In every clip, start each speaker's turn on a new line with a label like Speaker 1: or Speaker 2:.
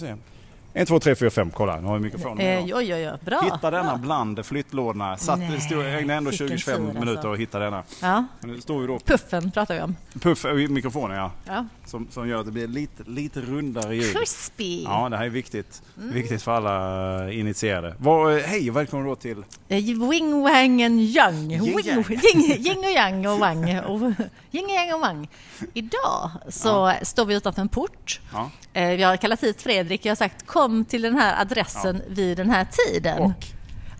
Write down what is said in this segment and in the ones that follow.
Speaker 1: se. En, två, tre, fyra, fem. Kolla, nu har vi mikrofonen med
Speaker 2: Eh,
Speaker 1: idag.
Speaker 2: oj, oj, oj. Bra.
Speaker 1: Hitta denna bland flyttlådorna. Satt,
Speaker 2: Nej,
Speaker 1: det stod, jag ägnade ändå
Speaker 2: vilken
Speaker 1: 20-25
Speaker 2: tur, alltså.
Speaker 1: minuter att hitta denna.
Speaker 2: Ja.
Speaker 1: Men nu står vi då
Speaker 2: Puffen pratar vi om.
Speaker 1: puff i mikrofonen ja.
Speaker 2: Ja.
Speaker 1: Som, som gör att det blir lite, lite rundare ljud.
Speaker 2: Crispy.
Speaker 1: Ja, det här är viktigt.
Speaker 2: Mm.
Speaker 1: Viktigt för alla eh, initierade. Vad- eh, hej och välkommen då till
Speaker 2: Eh, Wing, wang and yang.
Speaker 1: Yin,
Speaker 2: Wing,
Speaker 1: yang.
Speaker 2: ying, ying och yang och wang. Och, ying, yang och wang. Idag så står vi utanför en port.
Speaker 1: ja,
Speaker 2: Eh, Vi har kallat hit Fredrik. Jag har sagt kom till den här adressen vid den här tiden.
Speaker 1: Och?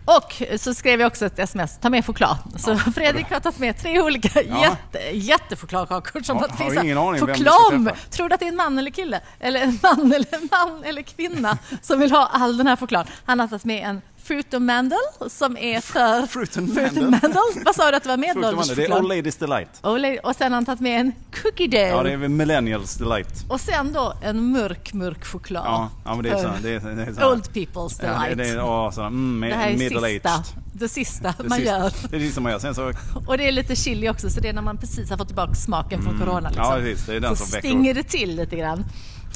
Speaker 2: Och så skrev jag också ett sms, ta med choklad. Så Fredrik har tagit med tre olika
Speaker 1: Ja.
Speaker 2: jätte, jättechokladkakor. Som
Speaker 1: Ja,
Speaker 2: att
Speaker 1: har
Speaker 2: det finns
Speaker 1: ju ingen
Speaker 2: här.
Speaker 1: aning vem vi ska
Speaker 2: Choklad!
Speaker 1: träffa.
Speaker 2: Tror du att det är en man eller kille? Eller en man eller, man eller kvinna som vill ha all den här chokladen? Han har tagit med en fruit and mandel som är för...
Speaker 1: Fruit and
Speaker 2: Fruit
Speaker 1: Mandel.
Speaker 2: and mandel? Vad sa du att det var?
Speaker 1: Frukt och mandel. Det är All
Speaker 2: Medelålderschoklad?
Speaker 1: Ladies Delight.
Speaker 2: Och, och sen har han tagit med en cookie dough.
Speaker 1: Ja, det är väl Millennials Delight.
Speaker 2: Och sen då en mörk, mörk choklad.
Speaker 1: Ja, ja men det är
Speaker 2: För
Speaker 1: så. Det är, det är så.
Speaker 2: Old people's
Speaker 1: Ja, det,
Speaker 2: delight.
Speaker 1: det är, ja, så, mm,
Speaker 2: det här är
Speaker 1: middle
Speaker 2: sista,
Speaker 1: aged.
Speaker 2: det sista
Speaker 1: Det
Speaker 2: man
Speaker 1: sista-
Speaker 2: gör.
Speaker 1: Det är det sista man gör. Sen så,
Speaker 2: Och det är lite chili också, så det är när man precis har fått tillbaka smaken från corona. Liksom.
Speaker 1: Mm. Ja, precis. Det är den
Speaker 2: så
Speaker 1: som väcker
Speaker 2: stinger det till lite grann.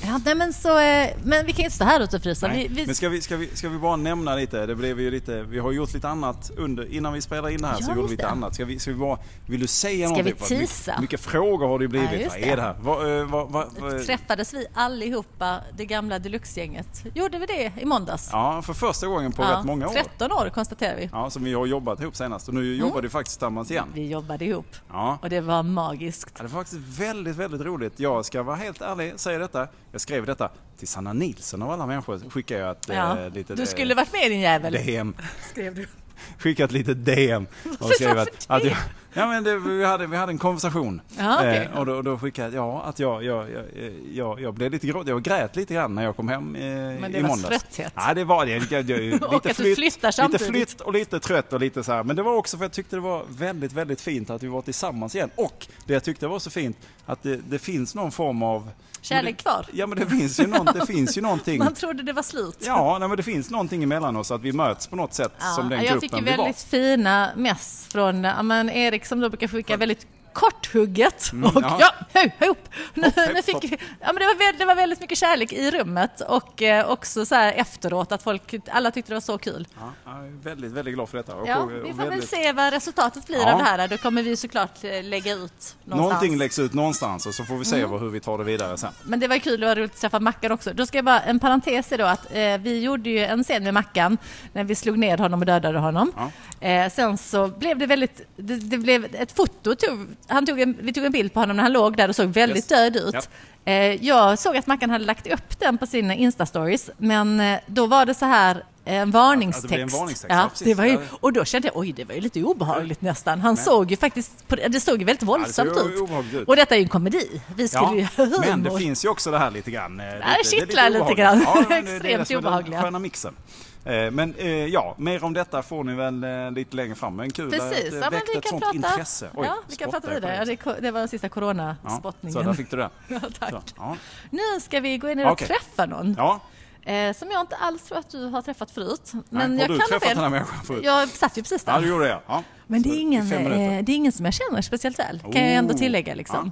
Speaker 2: Ja, nej, men, så, eh, men vi kan ju inte stå här ute och typ frysa.
Speaker 1: nej.
Speaker 2: Vi, vi,
Speaker 1: Men ska vi, ska, vi, ska vi bara nämna lite? Det blev ju lite, vi har gjort lite annat under, innan vi spelade in det här
Speaker 2: Ja,
Speaker 1: så gjorde vi
Speaker 2: just
Speaker 1: lite
Speaker 2: det.
Speaker 1: annat. Ska vi, ska vi bara, vill du säga
Speaker 2: Ska
Speaker 1: någonting?
Speaker 2: vi
Speaker 1: För att mycket-
Speaker 2: teasa?
Speaker 1: Mycket frågor har det ju blivit.
Speaker 2: Ja, just
Speaker 1: Vad är det
Speaker 2: det
Speaker 1: här? Vad, eh, vad, vad, vad,
Speaker 2: träffades vi allihopa, det gamla deluxe-gänget? Gjorde vi det i måndags?
Speaker 1: ja, för första gången på rätt många år.
Speaker 2: 13 år konstaterar vi.
Speaker 1: Ja, som vi har jobbat ihop senast. Och
Speaker 2: Mm.
Speaker 1: nu jobbar vi faktiskt tillsammans igen.
Speaker 2: Vi jobbade ihop
Speaker 1: Ja.
Speaker 2: och det var magiskt.
Speaker 1: Ja, det var faktiskt väldigt, väldigt roligt. Jag ska vara helt ärlig, säga detta. Jag skrev detta till Sanna Nilsson av alla människor. Skickade jag ett
Speaker 2: Ja.
Speaker 1: eh, litet
Speaker 2: Du
Speaker 1: eh,
Speaker 2: skulle varit med din jävel,
Speaker 1: DM.
Speaker 2: skrev du.
Speaker 1: Skickat ett litet DM. Och
Speaker 2: Varför
Speaker 1: skrev att,
Speaker 2: det?
Speaker 1: att jag, ja, men det, vi, hade, vi hade en konversation. Eh,
Speaker 2: Ja, okej.
Speaker 1: och då, då skickade jag ja, att jag, jag, jag, eh, jag, jag blev lite grå, Jag grät lite grann när jag kom hem eh,
Speaker 2: Men det
Speaker 1: i
Speaker 2: var
Speaker 1: måndags.
Speaker 2: trötthet.
Speaker 1: Ja, det var det. Jag, jag, jag, lite
Speaker 2: Och att du flyttar
Speaker 1: lite
Speaker 2: samtidigt.
Speaker 1: flytt och lite trött och lite så här. Men det var också för jag tyckte det var väldigt, väldigt fint att vi var tillsammans igen. Och det jag tyckte var så fint att det, det finns någon form av...
Speaker 2: Kärlek kvar.
Speaker 1: Ja, men det finns ju, någon, det finns ju någonting.
Speaker 2: Man trodde det var slut.
Speaker 1: Ja, nej, men det finns någonting emellan oss, att vi möts på något sätt som den
Speaker 2: jag fick ju
Speaker 1: gruppen vi var.
Speaker 2: väldigt fina mess från ja, men Erik som då brukar skicka väldigt korthugget. och
Speaker 1: Mm, ja.
Speaker 2: ja, hej, hej upp. Nu, nu fick
Speaker 1: hopp.
Speaker 2: vi, ja, men det, var väldigt, det var väldigt mycket kärlek i rummet och eh, också så här efteråt att folk, alla tyckte det var så kul.
Speaker 1: Ja, jag är väldigt, väldigt glad för detta. Och-
Speaker 2: Ja,
Speaker 1: och-
Speaker 2: vi
Speaker 1: och
Speaker 2: får väl
Speaker 1: väldigt-
Speaker 2: se vad resultatet blir
Speaker 1: Ja.
Speaker 2: av det här. Då kommer vi såklart eh, lägga ut någonstans. Mm.
Speaker 1: Någonting läggs ut någonstans och så får vi se vad- hur vi tar det vidare sen.
Speaker 2: Men det var kul, det var roligt att träffa Mackan också. Då ska jag bara, en parentes är då att eh, vi gjorde ju en scen med Mackan när vi slog ner honom och dödade honom. Eh, sen så blev det väldigt, det, det blev ett foto, tog, han tog en, vi tog en bild på honom när han låg där och såg väldigt
Speaker 1: Yes.
Speaker 2: död ut.
Speaker 1: Ja.
Speaker 2: Eh, jag såg att Mackan hade lagt upp den på sina Insta-stories, men eh, då var det så här eh, en varningstext.
Speaker 1: blev en varningstext, ja,
Speaker 2: Ja,
Speaker 1: precis.
Speaker 2: det var ju,
Speaker 1: Ja.
Speaker 2: och då kände jag, oj, det var ju lite obehagligt nästan. Han såg ju faktiskt, på- det såg ju väldigt våldsamt
Speaker 1: såg obehagligt
Speaker 2: ut.
Speaker 1: ut.
Speaker 2: Och detta är ju en komedi. Vi skulle ju göra humor.
Speaker 1: men det finns ju också det här lite grann. Det
Speaker 2: kittlar lite grann.
Speaker 1: det är det
Speaker 2: Extremt
Speaker 1: som är
Speaker 2: obehagliga.
Speaker 1: Den sköna mixen. Eh, Men eh, ja, mer om detta får ni väl eh, lite längre fram. Men kul eh,
Speaker 2: Precis,
Speaker 1: det
Speaker 2: ja, men
Speaker 1: väckte
Speaker 2: vi
Speaker 1: ett
Speaker 2: kan
Speaker 1: sånt
Speaker 2: prata,
Speaker 1: intresse. Oj,
Speaker 2: ja, vi kan prata
Speaker 1: spottar jag på
Speaker 2: vidare. Ja,
Speaker 1: dig.
Speaker 2: det, ko- det var den sista
Speaker 1: Ja,
Speaker 2: coronaspottningen.
Speaker 1: så där fick du det.
Speaker 2: Ja, tack.
Speaker 1: Så, ja.
Speaker 2: Nu ska vi gå in och
Speaker 1: Okej.
Speaker 2: träffa någon
Speaker 1: Ja,
Speaker 2: eh, som jag inte alls tror att du har träffat förut. Men
Speaker 1: Nej, har
Speaker 2: jag
Speaker 1: du
Speaker 2: kan ha
Speaker 1: träffat
Speaker 2: fel.
Speaker 1: den här människan förut?
Speaker 2: Jag satt ju precis där.
Speaker 1: ja, det gjorde jag. Ja.
Speaker 2: Men det
Speaker 1: Så
Speaker 2: är,
Speaker 1: i
Speaker 2: ingen,
Speaker 1: fem minuter.
Speaker 2: eh, det är ingen som jag känner speciellt väl, kan jag ändå
Speaker 1: Oh,
Speaker 2: tillägga. Liksom.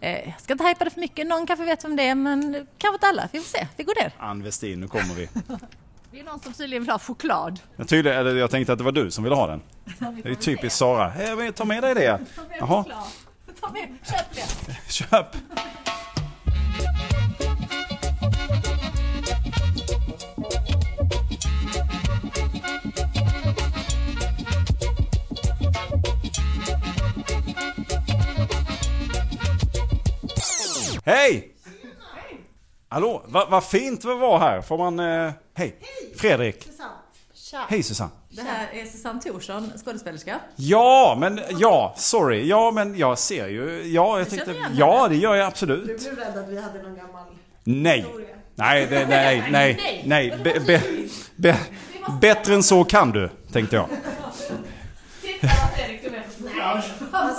Speaker 2: Eh, jag ska inte hypa det för mycket. Någon kanske vet vem det är, men kanske inte alla. Vi får se. Vi går ner.
Speaker 1: Ann Westin, nu kommer vi.
Speaker 2: Det är någon som tydligen vill ha choklad.
Speaker 1: Jag, tydlig, eller jag tänkte att det var du som ville ha den. Det är ju typiskt Sara. Hey, men ta med dig det.
Speaker 2: Ta med
Speaker 1: Jaha,
Speaker 2: choklad. Ta med, köp det.
Speaker 1: köp. Hej! Hallå, vad vad fint vi var här. Får man... Eh, hej! Fredrik. Hej Susanne.
Speaker 2: Det här är Susanne Thorsson, skådespelerska.
Speaker 1: Ja, men ja, sorry. Ja, men jag ser ju. Ja, jag tänkte,
Speaker 2: känner igen
Speaker 1: ja det gör jag absolut.
Speaker 3: blev rädd att vi hade någon gammal...
Speaker 1: Nej. Nej, det, nej, nej, nej. Be, be, be, bättre än så kan du, tänkte jag.
Speaker 2: Titta vad Fredrik tog med för choklad.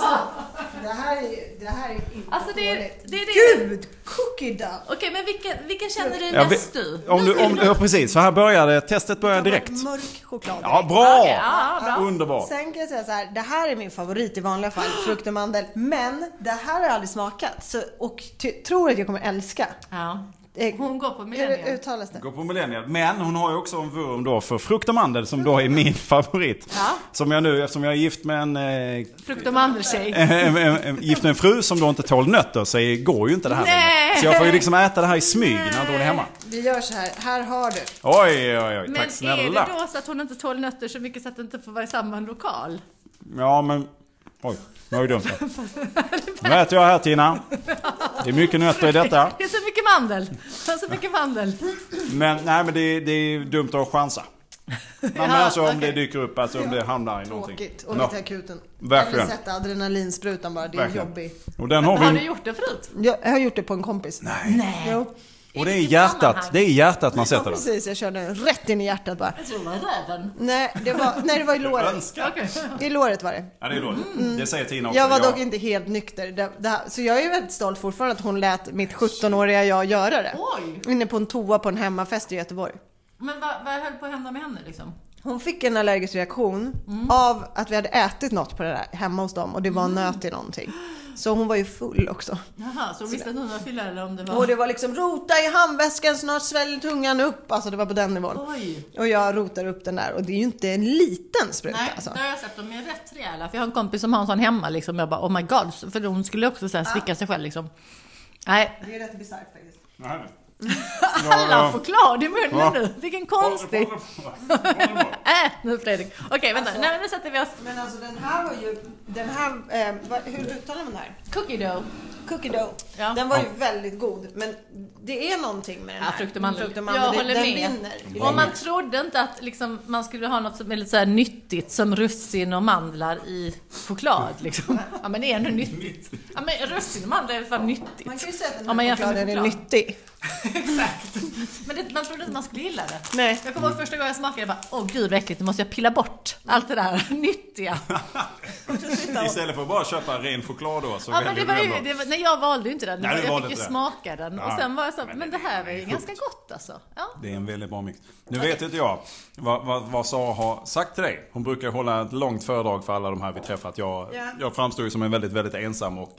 Speaker 3: Det här är, det här är inte
Speaker 2: Alltså, det är-
Speaker 3: dåligt.
Speaker 2: det är det-
Speaker 3: Gud! Cookie dough!
Speaker 2: Okej, men vilken, vilken känner du
Speaker 1: Ja, vi-
Speaker 2: mest du?
Speaker 1: Om du, om, ja, precis, så här började testet börjar direkt.
Speaker 3: Mörk choklad.
Speaker 1: Ja,
Speaker 2: Okej,
Speaker 1: bra!
Speaker 2: ja, bra.
Speaker 1: Underbart.
Speaker 3: Sen kan jag säga så här, det här är min favorit i vanliga fall, frukt och mandel. Men det här har jag aldrig smakat så, och ty- tror att jag kommer älska.
Speaker 2: Ja.
Speaker 3: Eh,
Speaker 2: Hon går på
Speaker 3: hur
Speaker 2: Millennium.
Speaker 3: uttalas det?
Speaker 1: Går på Millennial. Men hon har ju också en vurm då för frukt och mandel som då är min favorit.
Speaker 2: Ja.
Speaker 1: Som jag nu, eftersom jag är gift med en, eh,
Speaker 2: Frukt och mandelshake.
Speaker 1: en, en, en, gift med en fru som då inte tål nötter så är- går ju inte det här längre.
Speaker 2: Nej.
Speaker 1: Så jag får ju liksom äta det här i smyg när jag då är hemma.
Speaker 3: Vi gör så här, här har du.
Speaker 1: Oj, oj, oj.
Speaker 2: Men
Speaker 1: Tack
Speaker 2: är
Speaker 1: snälla.
Speaker 2: det då så att hon inte tål nötter så mycket så att det inte får vara i samma lokal?
Speaker 1: Ja, men... Oj, det var ju dumt. Nu äter jag här Tina. Det är mycket nötter i detta.
Speaker 2: Det är så mycket mandel. Det är så mycket mandel.
Speaker 1: Men nej, men det, det är dumt att chansa. Nej, men
Speaker 2: Ja,
Speaker 1: alltså om
Speaker 2: okej.
Speaker 1: det dyker upp, alltså om det hamnar i någonting.
Speaker 3: Tråkigt. Och
Speaker 1: Ja,
Speaker 3: lite akuten.
Speaker 1: Verkligen.
Speaker 3: Eller sätta adrenalinsprutan bara, det är
Speaker 1: verkligen.
Speaker 3: jobbigt.
Speaker 1: Och den har vi.
Speaker 2: Har du gjort det förut?
Speaker 3: Jag, jag har gjort det på en kompis. Nej. Jo.
Speaker 1: Och det
Speaker 2: I
Speaker 1: är
Speaker 2: vilket
Speaker 1: hjärtat,
Speaker 2: sammanhang?
Speaker 1: det är hjärtat man
Speaker 3: Ja,
Speaker 1: sätter den.
Speaker 3: precis, jag körde den rätt in i hjärtat bara.
Speaker 2: Jag tror det var röven.
Speaker 3: Nej, det var, nej, det var i låret.
Speaker 1: Önska.
Speaker 2: Okej.
Speaker 3: I låret var det.
Speaker 1: Ja, det är dåligt. Det säger Tina också.
Speaker 3: Jag var dock inte helt nykter. Det, det, här- så jag är väldigt stolt fortfarande att hon lät mitt 17-åriga jag göra det.
Speaker 2: Oj.
Speaker 3: Inne på en toa på en hemmafest i Göteborg.
Speaker 2: Men vad, vad höll på att hända med henne liksom?
Speaker 3: Hon fick en allergisk reaktion av att vi hade ätit något på det där hemma hos dem och det var nöt i någonting. Så hon var ju full också.
Speaker 2: Jaha, så hon visste inte om det var fylla eller om det
Speaker 3: Och
Speaker 2: var...
Speaker 3: det var liksom rota i handväskan, snart sväljer tungan upp. Alltså det var på den nivån.
Speaker 2: Oj.
Speaker 3: Och jag rotar upp den där och det är ju inte en liten spruta
Speaker 2: Nej,
Speaker 3: alltså.
Speaker 2: det har jag sett. De är rätt rejäla. För jag har en kompis som har en sån hemma liksom. Jag bara oh my god. Så- För hon skulle också så
Speaker 3: Ah.
Speaker 2: här sticka sig själv liksom. Nej,
Speaker 3: Det är rätt bisarrt faktiskt.
Speaker 1: Nej.
Speaker 2: alla choklad i munnen
Speaker 1: Ja.
Speaker 2: nu. Vilken konstig. Äh, nu Fredrik. Okej, vänta. Nej, men nu sätter vi oss.
Speaker 3: Men alltså den här var ju, den här, eh, vad- hur uttalar man det här?
Speaker 2: Cookie dough.
Speaker 3: Cookie dough.
Speaker 2: Mm. Ja.
Speaker 3: Den var ju väldigt god men det är någonting med den
Speaker 2: Ja,
Speaker 3: här.
Speaker 2: frukt och mandel.
Speaker 3: Frukt och
Speaker 2: Jag
Speaker 3: mandel.
Speaker 2: håller
Speaker 3: den
Speaker 2: med.
Speaker 3: vinner.
Speaker 2: Och man trodde inte att liksom, man skulle ha något som är lite så här nyttigt som russin och mandlar i choklad. Liksom. Ja men det är ändå nyttigt. Ja men russin och mandlar är fan nyttigt.
Speaker 3: Man kan ju säga att
Speaker 2: Om
Speaker 3: den
Speaker 2: man
Speaker 3: här
Speaker 2: jämför med
Speaker 3: chokladen är
Speaker 2: choklad.
Speaker 3: nyttig.
Speaker 2: Exakt. Men det, man trodde inte man skulle gilla det.
Speaker 3: Nej.
Speaker 2: Jag kommer ihåg första gången jag smakade, jag bara åh gud vad äckligt, nu måste jag pilla bort allt det där nyttiga.
Speaker 1: Istället för att bara köpa ren choklad då så
Speaker 2: Ja, men det
Speaker 1: väljer
Speaker 2: var
Speaker 1: du
Speaker 2: ju,
Speaker 1: ändå.
Speaker 2: det var, nej jag valde ju inte den, Det
Speaker 1: Nej,
Speaker 2: var-
Speaker 1: du
Speaker 2: jag
Speaker 1: valde
Speaker 2: fick ju
Speaker 1: inte den.
Speaker 2: smaka den.
Speaker 1: Ja.
Speaker 2: Och sen var jag så,
Speaker 1: Men
Speaker 2: men,
Speaker 1: det
Speaker 2: det här
Speaker 1: är
Speaker 2: är ju
Speaker 1: sjukt.
Speaker 2: ganska gott alltså. Ja.
Speaker 1: Det är en väldigt bra mix. Nu vet inte jag vad, vad, vad Sara har sagt till dig. Hon brukar hålla ett långt föredrag för alla de här vi träffat. Jag,
Speaker 3: Ja.
Speaker 1: jag framstår ju som en väldigt, väldigt ensam och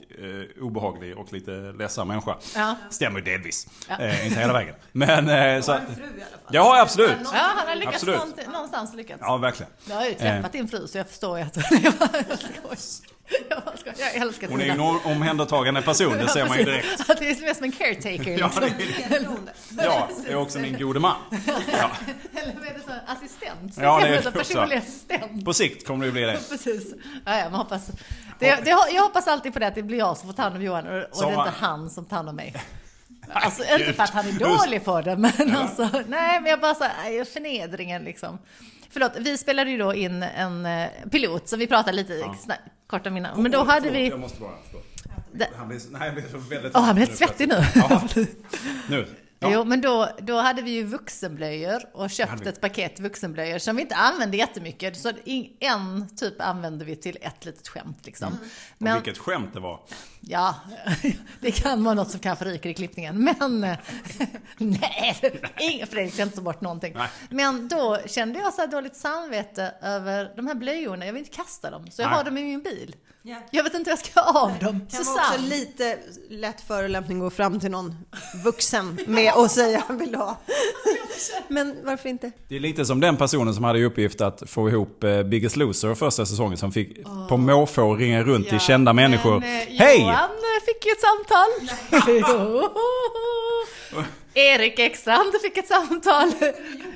Speaker 1: eh, obehaglig och lite ledsam människa.
Speaker 2: Ja.
Speaker 1: Stämmer ju delvis.
Speaker 2: Ja.
Speaker 1: Eh, inte hela vägen. Men eh, så
Speaker 3: Jag
Speaker 1: att,
Speaker 3: har en fru i alla fall.
Speaker 1: det har jag absolut.
Speaker 2: Ja, han har lyckats
Speaker 1: Absolut.
Speaker 2: någonti- någonstans lyckats.
Speaker 1: Ja, verkligen.
Speaker 2: Jag har ju
Speaker 1: Eh.
Speaker 2: träffat din fru så jag förstår ju att jag bara- jag skojar. Jag bara skojar. Jag älskar
Speaker 1: Hon är ju
Speaker 2: Tina.
Speaker 1: en o- omhändertagande person, det ser man ju
Speaker 2: Ja,
Speaker 1: direkt.
Speaker 2: precis. Att Det är mer som en caretaker.
Speaker 1: Ja,
Speaker 2: liksom.
Speaker 1: det är, ja, det är också min gode man. Ja.
Speaker 2: Eller vad är det för assistent?
Speaker 1: Ja, det är
Speaker 2: så
Speaker 1: det också.
Speaker 2: personlig assistent.
Speaker 1: På sikt kommer det ju bli det.
Speaker 2: Precis. Ja, ja, man hoppas. Det, det, jag hoppas alltid på det att det blir jag som får ta hand om Johan och, och det
Speaker 1: Som
Speaker 2: är
Speaker 1: han.
Speaker 2: inte han som tar hand om mig. Alltså, inte för att han är dålig på det, men alltså, nej, men jag bara så här, aj, förnedringen liksom. Förlåt, vi spelade ju då in en eh, pilot, så vi pratade lite snabbt, kort om innan. Men då hade
Speaker 1: Förlåt,
Speaker 2: vi...
Speaker 1: Jag måste bara... förlåt.
Speaker 2: Det-
Speaker 1: Han blir, så- nej, han blir så väldigt...
Speaker 2: Åh, han blir helt svettig nu.
Speaker 1: Ja, nu. Ja.
Speaker 2: Jo, men då, då hade vi ju vuxenblöjor och
Speaker 1: Hade
Speaker 2: köpt
Speaker 1: vi.
Speaker 2: ett paket vuxenblöjor som vi inte använde jättemycket. Så in, en typ använde vi till ett litet skämt liksom.
Speaker 1: Men...
Speaker 2: Men
Speaker 1: Vilket skämt det var.
Speaker 2: ja, det kan vara något som kanske ryker i klippningen. Men eh, nej, ingen- Fredrik ska inte ta bort någonting.
Speaker 1: Nej.
Speaker 2: Men då kände jag så här dåligt samvete över de här blöjorna. Jag vill inte kasta dem, så jag
Speaker 1: Nej.
Speaker 2: har dem i min bil.
Speaker 3: Ja.
Speaker 2: Jag vet inte vad jag ska ha av dem.
Speaker 3: Kan vara också lite lätt förolämpning att gå fram till någon vuxen med och säga vill du ha? Men varför inte?
Speaker 1: Det är lite som den personen som hade i uppgift att få ihop eh, Biggest Loser första säsongen som fick på måfå ringa runt till kända människor.
Speaker 2: Men, eh,
Speaker 1: Hej!
Speaker 2: Johan eh, fick ju ett samtal. Jo. Erik Ekstrand fick ett samtal.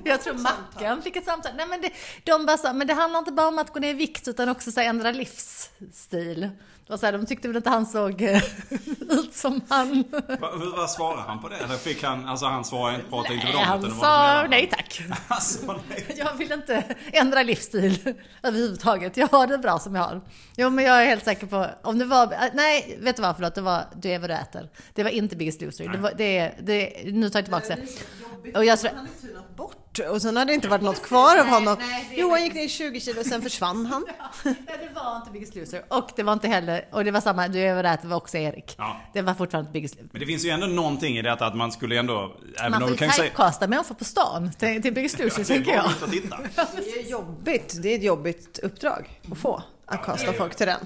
Speaker 2: Jag tror Mackan fick ett samtal. Nej, men, det, de bara sa, men det handlar inte bara om att gå ner i vikt utan också så här, ändra livsstil. Det var så här, de tyckte väl inte han såg eh, ut som han.
Speaker 1: Va- Hur vad svarade han på det? Eller fick han, alltså han svarade inte, pratade inte med dem? utan det
Speaker 2: Han
Speaker 1: var någon
Speaker 2: sa
Speaker 1: annan.
Speaker 2: nej tack.
Speaker 1: Han sa nej.
Speaker 2: Jag vill inte ändra livsstil överhuvudtaget. Jag har det bra som jag har. Jo, men jag är helt säker på... Om det var... äh, Nej, vet du vad? Förlåt, det var Du är vad du äter. Det var inte Biggest Loser. Det var, det, är- det, är- nu tar jag tillbaka det. Och jag tror...
Speaker 3: hade tunat bort och sen hade det inte varit något kvar av honom.
Speaker 2: Nej, nej, det är
Speaker 3: Johan gick ner 20 kilo och sen försvann han.
Speaker 2: Nej, det var inte Biggest Loser. Och det var inte heller... Och det var samma, Du är vad du äter var också Erik.
Speaker 1: Ja.
Speaker 2: Det var fortfarande Biggest Loser.
Speaker 1: Men det finns ju ändå någonting i detta att man skulle ändå...
Speaker 2: Man får
Speaker 1: du
Speaker 2: ju
Speaker 1: kan ju säga-
Speaker 2: typecasta människor på stan till, till Biggest Loser,
Speaker 1: Det
Speaker 2: tänker
Speaker 1: är bara
Speaker 2: jag.
Speaker 1: ut och titta.
Speaker 3: Det är jobbigt. Det är ett jobbigt uppdrag att få. Att kasta folk till den.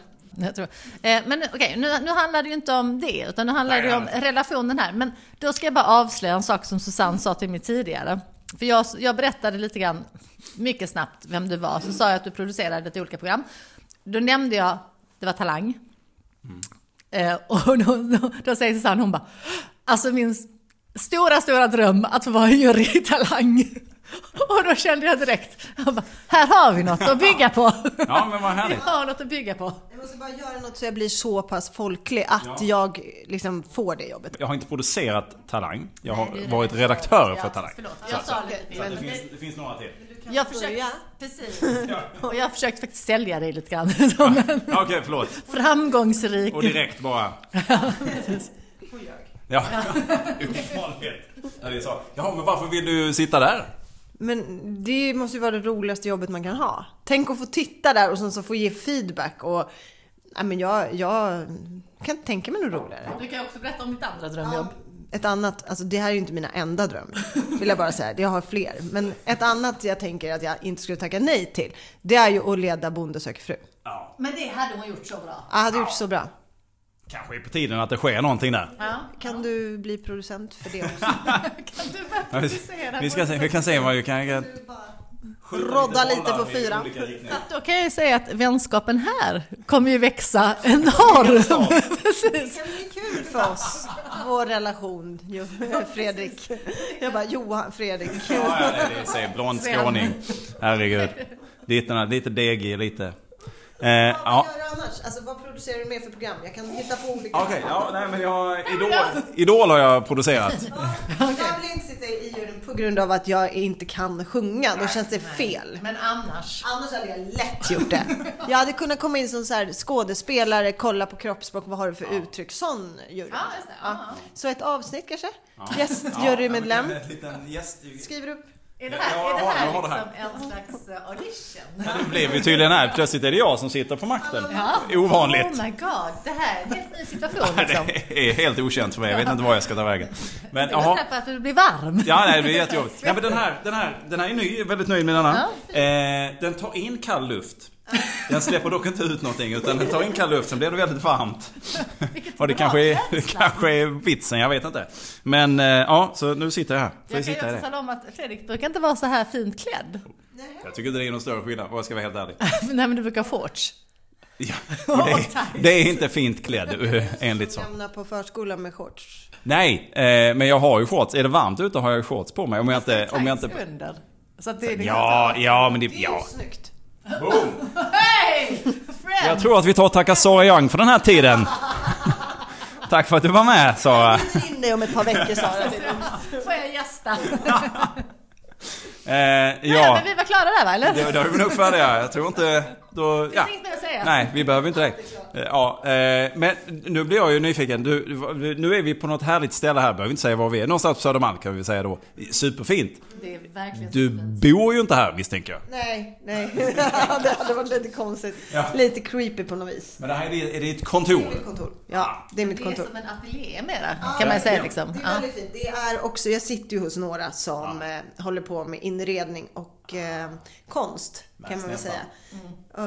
Speaker 2: Jag tror. Eh, Men okej, nu, nu handlar det ju inte om det, utan nu handlar
Speaker 1: Nej,
Speaker 2: det ju om
Speaker 1: nej.
Speaker 2: relationen här. Men då ska jag bara avslöja en sak som Susanne sa till mig tidigare. För jag, jag berättade lite grann, mycket snabbt, vem du var. Så sa jag att du producerade lite olika program. Då nämnde jag, det var Talang. Eh, och då, då, då säger Susanne, hon bara, alltså min stora, stora dröm att få vara jury i Talang. Och då kände jag direkt, jag bara, här har vi något att bygga på.
Speaker 1: Ja, men vad härligt.
Speaker 2: Vi har något att bygga på.
Speaker 3: Jag måste bara göra något så jag blir så pass folklig att jag liksom får det jobbet.
Speaker 1: Jag har inte producerat Talang. Jag har
Speaker 2: Nej, du är
Speaker 1: varit
Speaker 2: redaktör.
Speaker 1: redaktör
Speaker 2: Ja,
Speaker 1: för Talang.
Speaker 2: förlåt.
Speaker 1: Så-
Speaker 2: Jag
Speaker 1: så-
Speaker 2: sa lite
Speaker 1: så att
Speaker 2: fel.
Speaker 1: det, finns, det finns några till.
Speaker 2: Jag försökte,
Speaker 3: börja.
Speaker 2: precis. Och jag har försökt faktiskt sälja dig lite grann som en
Speaker 1: Ja, Okej, förlåt.
Speaker 2: framgångsrik...
Speaker 1: Och direkt bara...
Speaker 3: Och jag.
Speaker 1: Ja. Ovanlighet. När det är så. Jaha, men varför vill du sitta där?
Speaker 3: Men det måste ju vara det roligaste jobbet man kan ha. Tänk att få titta där och sen så få ge feedback och... Nej men jag, jag kan inte tänka mig något roligare.
Speaker 2: Du kan också berätta om ditt andra drömjobb.
Speaker 3: Ett annat, alltså det här är ju inte mina enda drömmar, vill jag bara säga. Jag har fler. Men ett annat jag tänker att jag inte skulle tacka nej till, det är ju att leda Bonde söker fru.
Speaker 1: Ja,
Speaker 2: Men det hade hon gjort så bra.
Speaker 3: Jag hade gjort så bra.
Speaker 1: kanske är på tiden att det sker någonting där.
Speaker 2: Ja.
Speaker 3: Kan du bli producent för det också?
Speaker 2: Kan du börja
Speaker 1: Ja, vi-
Speaker 2: producera
Speaker 1: Vi ska
Speaker 2: på-
Speaker 1: se, vi kan se vad vi kan... kan skjuta lite
Speaker 3: Rodda lite
Speaker 1: bollar
Speaker 3: på
Speaker 1: i
Speaker 3: fyran.
Speaker 1: olika riktningar.
Speaker 2: Då kan jag ju säga att vänskapen här kommer ju växa enormt. Precis.
Speaker 3: Det kan bli kul för oss, vår relation, Jo- Fredrik. Jag bara, Johan, Fredrik.
Speaker 1: Ja, ja, nej, det är se, blond
Speaker 2: Sven.
Speaker 1: skåning. Herregud. Lite, lite degig, lite... Eh, ja.
Speaker 3: Vad gör du annars? Alltså, vad producerar du mer för program? Jag kan hitta på olika.
Speaker 1: Okej, ja, nej men jag... Idol, idol har jag producerat.
Speaker 3: Jag vill inte sitta i juryn på grund av att jag inte kan sjunga. Då känns det fel.
Speaker 2: Men annars.
Speaker 3: Annars hade jag lätt gjort det. Jag hade kunnat komma in som så här skådespelare, kolla på kroppsspråk, vad har du för uttryck? Sån jury.
Speaker 2: Ja, just det. Ja.
Speaker 3: Så ett avsnitt kanske?
Speaker 1: Ja,
Speaker 3: Gästjurymedlem.
Speaker 1: men en liten gäst...
Speaker 3: Skriver upp.
Speaker 2: Är det här,
Speaker 1: Jag
Speaker 2: är det
Speaker 1: har- jag har
Speaker 2: här
Speaker 1: det här.
Speaker 2: liksom en slags eh, audition?
Speaker 1: Nu blev vi tydligen här. Plötsligt är det jag som sitter på makten.
Speaker 2: Ja.
Speaker 1: Ovanligt.
Speaker 2: Oh my god, det här är en helt ny situation liksom.
Speaker 1: Det är helt okänt för mig. Jag vet inte var jag ska ta vägen. Men
Speaker 2: Jag
Speaker 1: jaha.
Speaker 2: tappar att du blir varm.
Speaker 1: Ja, nej, det blir jättejobbigt. Ja, men den, här, den, här, den här är ny. Jag är väldigt nöjd med den här. Eh, den tar in kall luft. Den släpper dock inte ut någonting utan den tar in kall luft, sen blir det väldigt varmt.
Speaker 2: Vilket
Speaker 1: Och det
Speaker 2: bra
Speaker 1: kanske är,
Speaker 2: känsla.
Speaker 1: det kanske är vitsen, jag vet inte. Men eh, ja, så nu sitter jag här. Får jag
Speaker 2: Jag kan
Speaker 1: sitta i
Speaker 2: ju
Speaker 1: det?
Speaker 2: också tala om att Fredrik brukar inte vara så här fint klädd.
Speaker 1: Jag tycker inte det är någon större skillnad om jag ska vara helt ärlig.
Speaker 2: Nej men du brukar ha shorts.
Speaker 1: Ja, och det,
Speaker 2: Åh, tack.
Speaker 1: är, det är inte fint klädd eh, enligt så.
Speaker 3: Lämna på förskolan med shorts.
Speaker 1: Nej, eh, men jag har ju shorts. Är det varmt ute har jag ju shorts på mig. Om jag inte... Om jag inte
Speaker 2: Tights under. Så att det är liksom
Speaker 1: ja, ja, men det...
Speaker 3: Det är ju
Speaker 1: Ja.
Speaker 3: snyggt.
Speaker 1: Boom.
Speaker 2: Hey!
Speaker 1: Jag
Speaker 2: Friend!
Speaker 1: tror att vi tar och tackar Sara Young för den här tiden. Tack för att du var med Sara.
Speaker 3: Jag in dig om ett par veckor Sara.
Speaker 2: Får jag gästa?
Speaker 1: Eh,
Speaker 2: Ja.
Speaker 1: ja,
Speaker 2: Men vi var klara där va, eller?
Speaker 1: då, då är vi nog färdiga. Jag tror inte... Då,
Speaker 2: Det
Speaker 1: ja.
Speaker 2: finns inget mer att säga.
Speaker 1: Nej, vi behöver inte det. Eh, Ja, eh, men nu blir jag ju nyfiken. Du, nu är vi på något härligt ställe här. Behöver inte säga var vi är. Någonstans på Södermalm kan vi säga då. Superfint.
Speaker 2: Det är verkligen
Speaker 1: Du bor ju inte här misstänker jag.
Speaker 3: Nej, nej. Det hade varit lite konstigt.
Speaker 1: Ja.
Speaker 3: Lite creepy på något vis.
Speaker 1: Men det här är, det- är det ett
Speaker 3: Det är
Speaker 1: kontor.
Speaker 3: mitt kontor. Ja, det är mitt
Speaker 2: Det är
Speaker 3: kontor.
Speaker 2: som en ateljé mera, kan man ju säga liksom.
Speaker 3: Det är
Speaker 2: Ja.
Speaker 3: väldigt fint. Det är också, jag sitter ju hos några som eh, håller på med inredning och eh, konst kan man väl
Speaker 1: snälla.
Speaker 3: säga.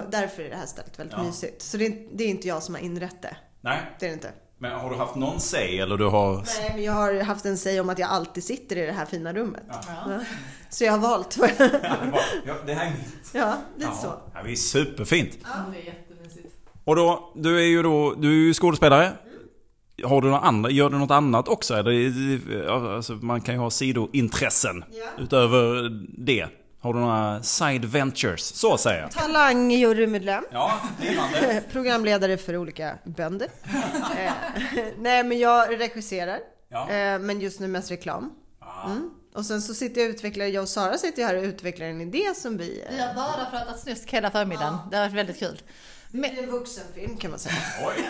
Speaker 3: Och därför är det här stället väldigt mysigt. Så det är, det är inte jag som har inrett det.
Speaker 1: Nej,
Speaker 3: Det är det inte.
Speaker 1: men har du haft någon säg eller du har...
Speaker 3: Nej, men jag har haft en säg om att jag alltid sitter i det här fina rummet. Ja. Så jag har valt. ja,
Speaker 1: Ja, det här är mitt.
Speaker 3: lite Typ så.
Speaker 1: Ja, det är superfint.
Speaker 2: Ja, Det är jättemysigt.
Speaker 1: Och då, du är ju då, du är ju skådespelare. Har du något annat, gör du något annat också? Eller, alltså, man kan ju ha sidointressen
Speaker 3: Ja.
Speaker 1: utöver det. Har du några side ventures? Så säger jag.
Speaker 3: Talang jurymedlem.
Speaker 1: Ja, givande.
Speaker 3: Programledare för olika bönder. eh, nej, men jag regisserar.
Speaker 1: Ja. Ah.
Speaker 3: Eh, men just nu mest reklam. Mm. Och sen så sitter jag och utvecklar, jag och Sara sitter ju här och utvecklar en idé som vi...
Speaker 2: Vi
Speaker 3: Eh,
Speaker 2: har bara pratat snusk hela förmiddagen. Det har varit väldigt kul.
Speaker 3: det är en vuxenfilm kan man säga.
Speaker 1: Oj.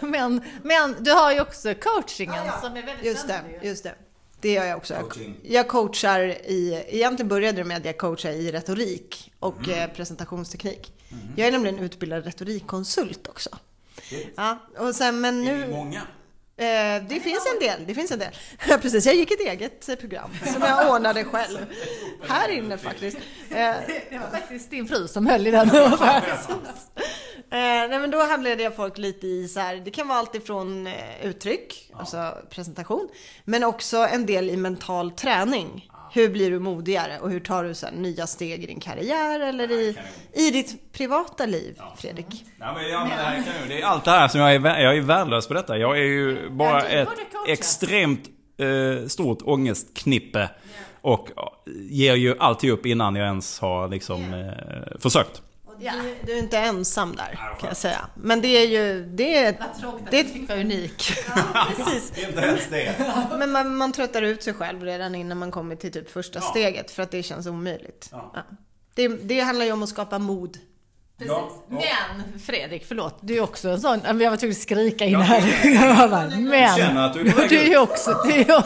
Speaker 2: Men, men du har ju också coachingen
Speaker 3: Ja, ja.
Speaker 2: som är väldigt
Speaker 3: Just det,
Speaker 2: spännande ju.
Speaker 3: just det. Det gör jag också. Jag-
Speaker 1: Coaching.
Speaker 3: Jag coachar i, egentligen började det med att jag coachar i retorik och
Speaker 1: Mhm.
Speaker 3: eh, presentationsteknik. Jag är nämligen utbildad retorikkonsult också. Ja, och sen men nu...
Speaker 1: Många.
Speaker 3: Eh, det finns en del, det finns en del. Precis, jag gick ett eget program som jag ordnade själv. Här inne faktiskt. Eh,
Speaker 2: Det var faktiskt din fru som höll i den. ungefär.
Speaker 3: Eh, nej men då handlade jag folk lite i så här, det kan vara allt ifrån eh, uttryck, alltså presentation, men också en del i mental träning. Hur blir du modigare och hur tar du så här, nya steg i din karriär eller i,
Speaker 1: kanon. Mm.
Speaker 3: i ditt privata liv, Fredrik?
Speaker 1: Nej, men, ja, men det, här kan ju, det är allt det här som jag är, vä- jag är värdelös på detta. Jag är ju bara
Speaker 2: du
Speaker 1: ett
Speaker 2: borde coacha.
Speaker 1: extremt eh, stort ångestknippe. Och ja, ger ju alltid upp innan jag ens har liksom eh, försökt.
Speaker 3: Du, du är inte ensam där kan jag säga. Men det är ju, det är, det
Speaker 2: Det
Speaker 3: är
Speaker 2: fick vara unik.
Speaker 3: precis.
Speaker 1: Inte ens det.
Speaker 3: Men man, man tröttar ut sig själv redan innan man kommer till typ första steget för att det känns omöjligt.
Speaker 1: Ja.
Speaker 3: Ja. Det, det handlar ju om att skapa mod.
Speaker 1: Ja, ja.
Speaker 2: Men Fredrik, förlåt, du är också en sån, jag var tvungen att skrika in
Speaker 1: Ja.
Speaker 2: här. Jag bara, Men,
Speaker 1: känner att du är på väg
Speaker 2: du är
Speaker 1: ut.
Speaker 2: ju också, du är ju,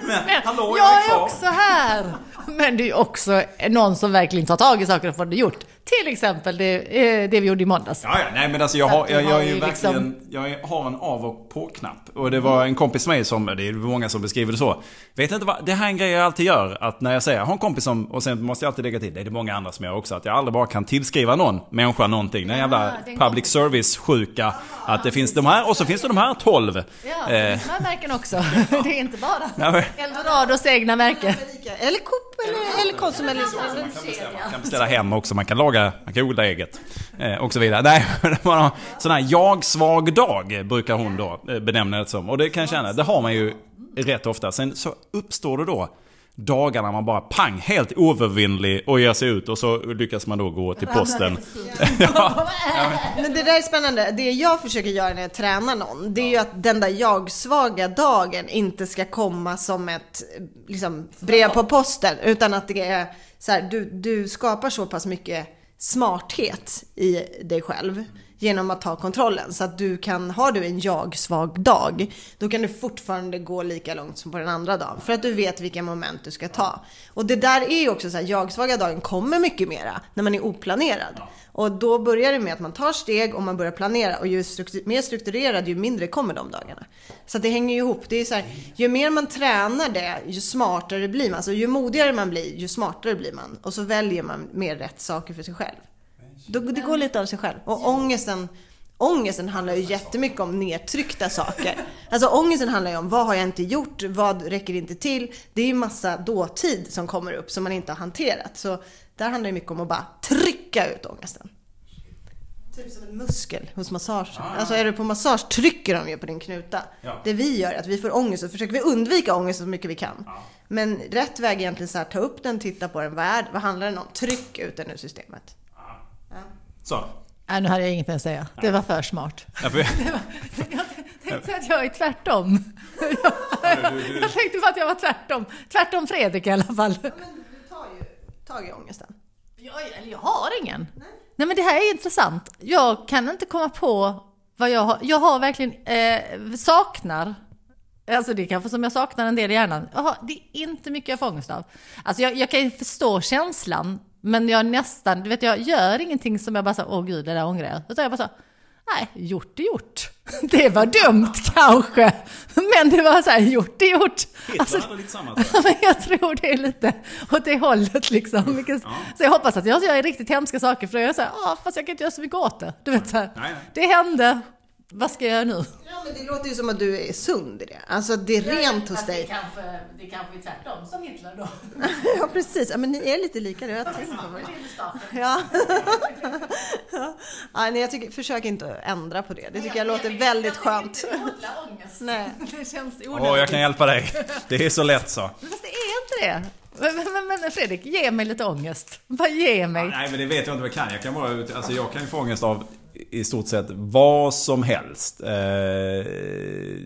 Speaker 1: Men,
Speaker 2: men,
Speaker 1: hallå, jag,
Speaker 2: jag
Speaker 1: är kvar.
Speaker 2: är också här. Men du är ju också någon som verkligen tar tag i saker och får det gjort. Till exempel det, eh, det vi gjorde i måndags.
Speaker 1: Ja, ja, nej men alltså jag
Speaker 2: Så
Speaker 1: har,
Speaker 2: att du
Speaker 1: jag,
Speaker 2: har
Speaker 1: jag är ju
Speaker 2: ju liksom-
Speaker 1: verkligen, jag är- har en av och på-knapp. Och det var en kompis till mig som, det är många som beskriver det så. Vet inte vad, det här är en grej jag alltid gör. Att när jag säger, jag har en kompis som, och sen måste jag alltid lägga till, det är det många andra som gör också. Att jag aldrig bara kan tillskriva någon människa någonting. Den jävla
Speaker 2: den
Speaker 1: public service-sjuka. Att det finns de här, och så finns det de här tolv.
Speaker 2: Ja, det
Speaker 1: Eh,
Speaker 2: finns de här märken också. Det är inte bara
Speaker 1: Ja, men-
Speaker 2: Eldorados egna märke.
Speaker 3: Eller Coop eller, eller Konsum eller eller-
Speaker 1: Man kan beställa hem också, man kan laga, man kan odla eget. Eh, och så vidare. Nej, det var någon sån här jag-svag dag brukar hon då eh, benämna det som. Och det kan jag känna, det har man ju rätt ofta. Sen så uppstår det då dagar när man bara pang, helt oövervinnlig och ger sig ut och så lyckas man då gå till posten. ja,
Speaker 3: Men det där är spännande. Det jag försöker göra när jag tränar någon, det är ju att den där jag-svaga dagen inte ska komma som ett liksom, brev på posten. Utan att det är så här, du, du skapar så pass mycket smarthet i dig själv genom att ta kontrollen. Så att du kan, har du en jag-svag dag, då kan du fortfarande gå lika långt som på den andra dagen. För att du vet vilka moment du ska ta. Och det där är ju också så här, jag-svaga dagen kommer mycket mera när man är oplanerad. Och då börjar det med att man tar steg och man börjar planera. Och ju struktu- mer strukturerad, ju mindre kommer de dagarna. Så att det hänger ju ihop. Det är så här, ju mer man tränar det, ju smartare blir man. Alltså, ju modigare man blir, ju smartare blir man. Och så väljer man mer rätt saker för sig själv. Då, det går lite av sig själv. Och ångesten, ångesten handlar ju jättemycket om nedtryckta saker. Alltså ångesten handlar ju om vad har jag inte gjort? Vad räcker inte till? Det är ju massa dåtid som kommer upp som man inte har hanterat. Så där handlar det mycket om att bara trycka ut ångesten. Typ som en muskel hos massage. Alltså är du på massage trycker de ju på din knuta.
Speaker 1: Ja.
Speaker 3: Det vi gör är att vi får ångest och försöker vi undvika ångest så mycket vi kan. Men rätt väg är egentligen så här, ta upp den, titta på den, vad, är, vad handlar den om? Tryck ut den ur systemet.
Speaker 1: så.
Speaker 2: Nej, nu hade jag inget mer att säga. Det var för smart.
Speaker 1: Ja, för-
Speaker 2: Jag tänkte att jag är tvärtom. Jag tänkte på att jag var tvärtom. Tvärtom Fredrik i alla fall.
Speaker 3: Men du tar ju tag i ångesten.
Speaker 2: Jag, eller jag har ingen. Nej. men det här är intressant. Jag kan inte komma på vad jag har. Jag har verkligen, eh, saknar, alltså det är kanske som jag saknar en del i hjärnan. Jag har, det är inte mycket jag får ångest av. Alltså jag, jag kan ju förstå känslan, men jag nästan, du vet jag gör ingenting som jag bara så, åh gud det där ångrar jag. Utan jag bara så, nej, gjort är gjort. Det var dumt kanske, men det var så här, gjort är gjort. Alltså,
Speaker 1: Hitler hade lite samma tror jag.
Speaker 2: Ja, men jag tror det är lite åt det hållet liksom. Vilket- Så jag hoppas att jag inte gör riktigt hemska saker för då är jag såhär, ah, fast jag kan inte göra så mycket åt det. Du vet såhär,
Speaker 1: Nej,
Speaker 2: det hände, vad ska jag göra nu?
Speaker 3: Ja men det låter ju som att du är sund i det. Alltså det är rent hos dig. Mm.
Speaker 2: kanske, det kanske är tvärtom som Hitler då.
Speaker 3: Ja precis, ja, men ni är lite lika det har jag tänkt på. mig. Ja. ja. Ja, nej, jag tycker, försök inte att ändra på det. Det tycker jag låter väldigt skönt. Nej.
Speaker 2: Det känns
Speaker 1: Åh, jag kan hjälpa dig. Det är så lätt så.
Speaker 2: Fast det är inte det. Men, men, men, men Fredrik, ge mig lite ångest. Bara ge mig.
Speaker 1: Nej men det vet jag inte vad jag kan. Jag kan, bara, ut- alltså, jag kan ju få ångest av i stort sett vad som helst. Eh,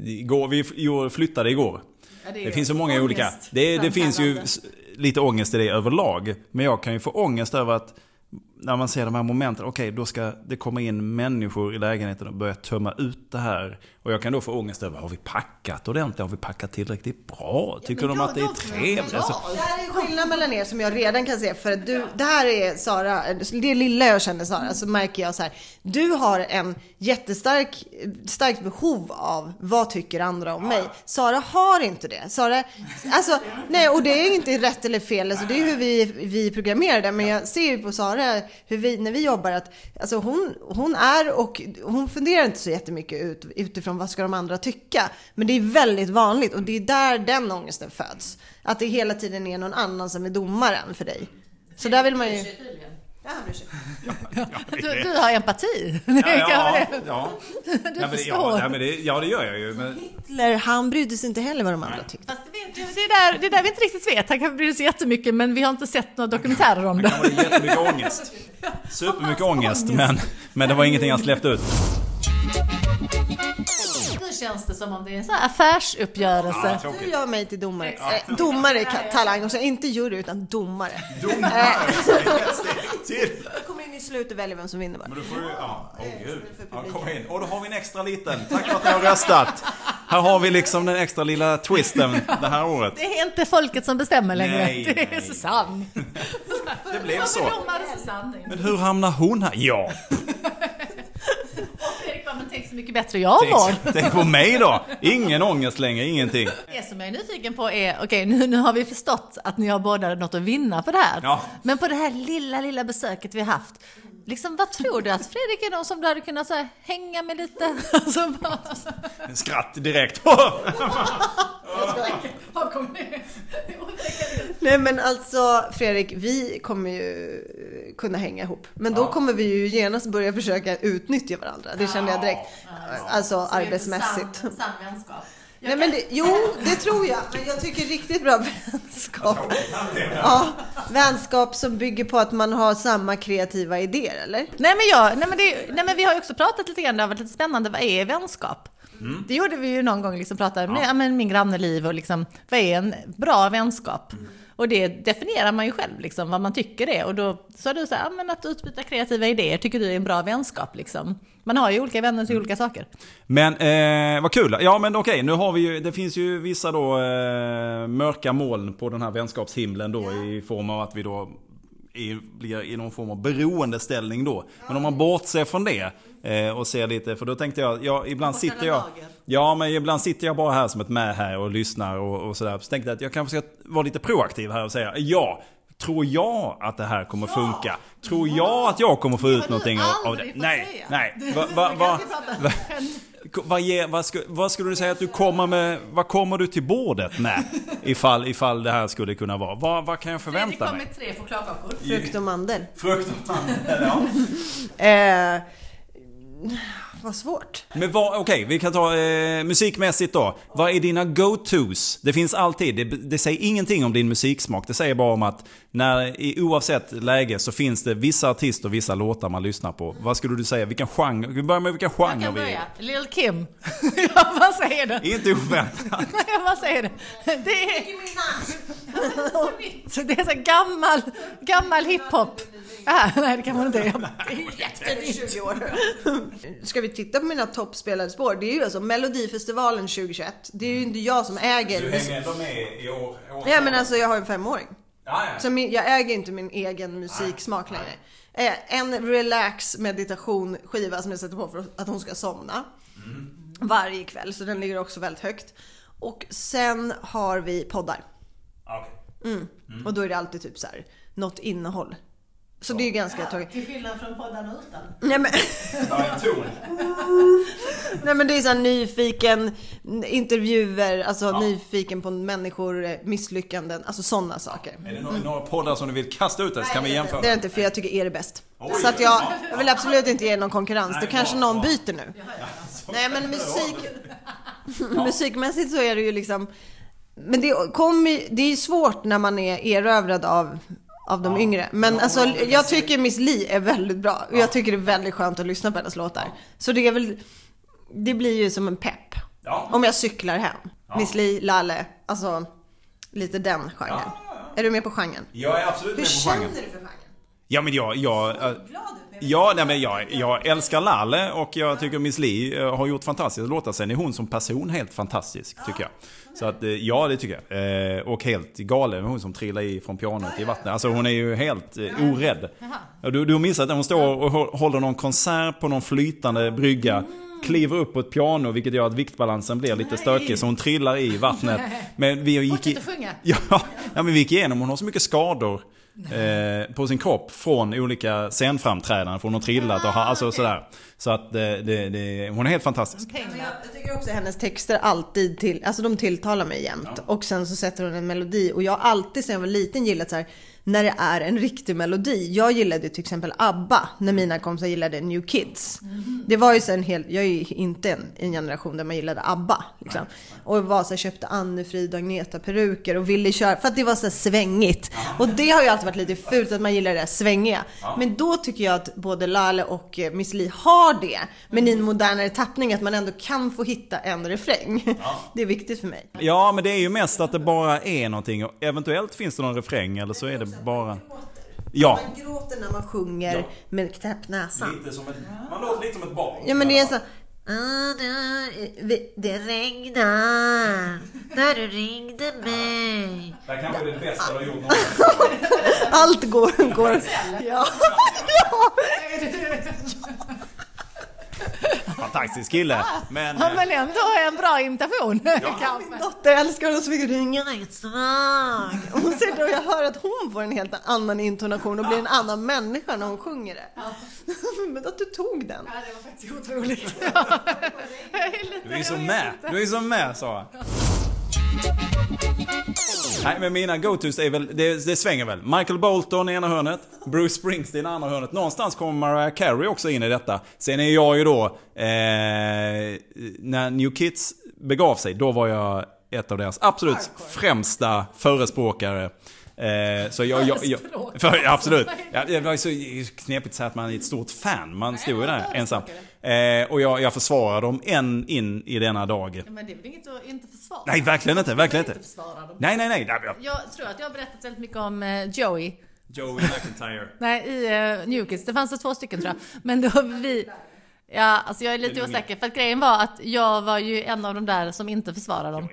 Speaker 1: igår, vi f- gjorde- flyttade igår. det finns så många olika. Det, det finns ju s- lite ångest i det överlag. Men jag kan ju få ångest över att när man ser de här momenten, okej då ska det komma in människor i lägenheten och börja tömma ut det här. Och jag kan då få ångest över, har vi packat ordentligt? Har vi packat tillräckligt bra? Tycker de att det är trevligt? Alltså,
Speaker 3: Det här är skillnad mellan er som jag redan kan se. För att du, det här är Sara, det lilla jag känner Sara, så märker jag så här. Du har en jättestark starkt behov av vad tycker andra om mig? Sara har inte det. Sara, alltså, nej, och det är inte rätt eller fel, alltså, det är hur vi, vi programmerar det. Men jag ser ju på Sara, hur vi, när vi jobbar, att alltså, hon, hon är och hon funderar inte så jättemycket ut, utifrån vad ska de andra tycka. Men det är väldigt vanligt och det är där den ångesten föds. Att det hela tiden är någon annan som är domaren för dig. Så där vill man ju... Ja, han bryr sig.
Speaker 2: Du, du har empati. Det kan
Speaker 1: ja,
Speaker 2: jag-
Speaker 1: ja, ja.
Speaker 2: Du
Speaker 1: Ja, men, det- ja,
Speaker 2: förstår.
Speaker 1: nej, men det, ja, det gör jag ju. Men,
Speaker 3: Hitler, han brydde sig inte heller vad de andra tyckte.
Speaker 2: Fast det, vet, det, är där, det är där vi inte riktigt vet. Han kanske bryr sig jättemycket men vi har inte sett några dokumentärer om
Speaker 1: Det kan
Speaker 2: det.
Speaker 1: vara jättemycket ångest. Supermycket ångest, men, men det var ingenting jag släppte ut.
Speaker 2: Nu känns det som om det är en sån här affärsuppgörelse.
Speaker 3: Du gör mig till domare. Eh, Domare ka- talang, och så inte jury utan domare.
Speaker 1: Domare! Ett steg till!
Speaker 3: Jag kommer in i slutet och väljer vem som vinner bara.
Speaker 1: Men då får du... Ja, åh gud. Ja, kom in. Och då har vi en extra liten. Tack för att ni har röstat. Här har vi liksom den extra lilla twisten det här året.
Speaker 2: Det är inte folket som bestämmer längre.
Speaker 1: Nej,
Speaker 2: det är
Speaker 1: nej.
Speaker 2: Susanne.
Speaker 1: Det blev så.
Speaker 2: Varför domare Susanne?
Speaker 1: Men hur hamnar hon här? Ja,
Speaker 2: Fredrik bara, men tänk så mycket bättre jag mår.
Speaker 1: tänk, tänk på mig då. Ingen ångest längre, ingenting.
Speaker 2: Det som jag är nyfiken på är, okej nu, nu har vi förstått att ni har båda något att vinna på det här.
Speaker 1: Ja.
Speaker 2: Men på det här lilla, lilla besöket vi har haft. Liksom, vad tror du att Fredrik är någon som du hade kunnat så här, hänga med lite? Alltså, bara,
Speaker 1: Skratt direkt.
Speaker 2: vad kommer det?
Speaker 3: Nej men alltså Fredrik, vi kommer ju eh, kunna hänga ihop. Men då kommer vi ju genast börja försöka utnyttja varandra. Det kände jag direkt. Alltså arbetsmässigt.
Speaker 2: Sann vänskap.
Speaker 3: Nej men det, jo, det tror jag. Men jag tycker riktigt bra vänskap. Ja, vänskap som bygger på att man har samma kreativa idéer, eller?
Speaker 2: Nej men, jag, nej, men det, nej men vi har ju också pratat lite grann, det har varit lite spännande, vad är vänskap?
Speaker 1: Mm.
Speaker 2: Det gjorde vi ju någon gång, liksom pratade med ja. men min granne Liv och liksom, vad är en bra vänskap?
Speaker 1: Mm.
Speaker 2: Och det definierar man ju själv, liksom, vad man tycker det är. Och då sa du så här, ja, men att utbyta kreativa idéer tycker du är en bra vänskap. Liksom. Man har ju olika vänner
Speaker 1: Mm.
Speaker 2: till olika saker.
Speaker 1: Men eh, vad kul. Ja men okej, nu har vi ju, det finns ju vissa då eh, mörka moln på den här vänskapshimlen då i form av att vi då är, blir i någon form av beroendeställning då. Men om man bortser från det eh, och ser lite, för då tänkte jag, ja, ibland sitter jag... Ja men ibland sitter jag bara här som ett med här och lyssnar och, och sådär. Så tänkte jag att jag kanske ska vara lite proaktiv här och säga ja. Tror jag att det här kommer funka? Tror jag att jag kommer få ut
Speaker 2: du
Speaker 1: någonting av, av det?
Speaker 2: aldrig fått
Speaker 1: Nej,
Speaker 2: säga.
Speaker 1: nej.
Speaker 2: Du-
Speaker 1: Va,
Speaker 2: du
Speaker 1: va,
Speaker 2: kan
Speaker 1: va,
Speaker 2: inte prata.
Speaker 1: va, Ko- Vad, ge, vad, sku, vad skulle du säga att du kommer med? Vad kommer du till bordet med? Ifall, ifall det här skulle kunna vara. Vad, vad kan jag förvänta mig?
Speaker 2: tre chokladkakor.
Speaker 3: Frukt och mandel.
Speaker 1: Frukt och mandel, ja.
Speaker 3: Eh, vad svårt.
Speaker 1: Men vad, okej, vi kan ta eh, musikmässigt då. Vad är dina go-tos? Det finns alltid, det, det säger ingenting om din musiksmak. Det säger bara om att när, i, oavsett läge så finns det vissa artister och vissa låtar man lyssnar på.
Speaker 3: Mm.
Speaker 1: Vad skulle du säga, vilken genre? Vi börjar med vilka
Speaker 2: Jag
Speaker 1: genre
Speaker 2: kan
Speaker 1: vi
Speaker 2: börja.
Speaker 1: är
Speaker 2: Lil' Kim. ja, vad säger du?
Speaker 1: i. Inte oväntat.
Speaker 2: Nej, vad säger du? Det är... Så det är så här gammal, gammal hiphop. Ah, nej, det kan man inte göra. Det är ju jättenytt.
Speaker 3: 20 år. Ska vi titta på mina toppspelade spår? Det är ju alltså Melodifestivalen 2021. Det är ju inte jag som äger.
Speaker 1: ändå med i år?
Speaker 3: Ja men alltså jag har ju en femåring.
Speaker 1: Ja,
Speaker 3: Så min, jag äger inte min egen musiksmak längre. Eh, En relax meditation skiva som jag sätter på för att hon ska somna. Varje kväll, så den ligger också väldigt högt. Och sen har vi poddar. Och då är det alltid typ så här, något innehåll. Så det är ju ganska tråkigt.
Speaker 2: Till skillnad från poddarna utan.
Speaker 3: Nej men, nej men det är så här nyfiken, intervjuer, alltså nyfiken på människor, eh, misslyckanden, alltså sådana saker.
Speaker 1: Är det några, några poddar som du vill kasta ut där så kan vi jämföra?
Speaker 3: Det är det inte för jag tycker er är bäst.
Speaker 1: Oj.
Speaker 3: så att jag, jag vill absolut inte ge er någon konkurrens.
Speaker 1: Nej,
Speaker 3: Då kanske
Speaker 1: bra,
Speaker 3: någon
Speaker 1: bra.
Speaker 3: byter nu. Nej men musik, musikmässigt så är det ju liksom. Men det, kommer ju- det är ju svårt när man är erövrad av, av de yngre. Men alltså, jag tycker Miss Li är väldigt bra. Och jag tycker det är väldigt skönt att lyssna på hennes låtar. Så det är väl, det blir ju som en pepp.
Speaker 1: Ja.
Speaker 3: Om jag cyklar hem. Miss Li, Lalle, alltså lite den genren. Är du med på genren?
Speaker 1: Jag är absolut
Speaker 3: Hur känner du för genren?
Speaker 1: Ja men jag, jag, eh, ja, nej, men jag, jag älskar Lalle och jag tycker Miss Li eh, har gjort fantastiska låtar. Sen är hon som person helt fantastisk tycker jag. Så att, eh, ja det tycker jag. Eh, Och helt galen, hon som trillar i från pianot i vattnet. Alltså hon är ju helt eh, orädd. Ja, Du, du har missat det, hon står och hå- håller någon konsert på någon flytande brygga. Kliver upp på ett piano vilket gör att viktbalansen blir lite stökig så hon trillar i vattnet. Men vi gick
Speaker 2: Fortsätt att sjunga.
Speaker 1: Ja, ja, men vi gick igenom. Hon har så mycket skador eh, på sin kropp från olika scenframträdanden. Från hon har trillat och har, alltså sådär. Så att eh, det, det, hon är helt fantastisk.
Speaker 3: Men Jag, jag tycker också hennes texter alltid till, alltså de tilltalar mig jämt. Och sen så sätter hon en melodi och jag har alltid sedan jag var liten gillat så här när det är en riktig melodi. Jag gillade ju till exempel ABBA när mina kompisar gillade New Kids. Det var ju sen helt, jag är ju inte en, en generation där man gillade ABBA. Liksom. Och var så här, köpte Anne-Frid och Agneta peruker och ville köra, för att det var så här svängigt. Och det har ju alltid varit lite fult att man gillar det här svängiga. Men då tycker jag att både Lale och eh, Miss Li har det. Men i en modernare tappning, att man ändå kan få hitta en refräng. Det är viktigt för mig.
Speaker 1: Ja, men det är ju mest att det bara är någonting. Och eventuellt finns det någon refräng eller så är det bara... Ja.
Speaker 3: Man gråter när man sjunger med knäpp näsa.
Speaker 1: som ett, man låter lite som ett barn.
Speaker 3: Ja men det är så Ah, det- vi- Det regnar när du ringde mig.
Speaker 1: Det här kanske är det bästa du har gjort
Speaker 3: Allt går... går. Ja.
Speaker 1: Fantastisk kille. Men... eh,
Speaker 2: Ja, men ändå en bra imitation. Kanske.
Speaker 3: Min dotter älskar honom så mycket. Ringer ett svag. Och Hon sitter och jag hör att hon får en helt annan intonation och blir en annan människa när hon sjunger det. Men att du tog den.
Speaker 2: Ja, det var faktiskt otroligt.
Speaker 1: Du är ju så med, du är ju så med Sara. Nej men mina go-tos är väl, det, det svänger väl. Michael Bolton i ena hörnet, Bruce Springsteen i andra hörnet. Någonstans kommer Mariah Carey också in i detta. Sen är jag ju då, eh, när New Kids begav sig, då var jag ett av deras absolut främsta förespråkare. Eh, så jag, jag, jag, för, absolut. Ja, det var ju så knepigt att säga att man är ett stort fan. Man stod ju där ensam. Eh, och jag, jag försvarar dem än in i denna dag.
Speaker 2: Men det är väl inget att inte försvara?
Speaker 1: Nej, verkligen inte. Verkligen
Speaker 2: Jag
Speaker 1: inte.
Speaker 2: kan inte försvara dem.
Speaker 1: Nej, nej, nej. nej, jag-
Speaker 2: Jag tror att jag har berättat väldigt mycket om eh, Joey.
Speaker 1: Joey McIntyre.
Speaker 2: Nej, i uh, New Kids. Det fanns det två stycken tror jag. Men då vi... Ja, alltså jag är lite osäker. För att grejen var att jag var ju en av de där som inte försvarade dem.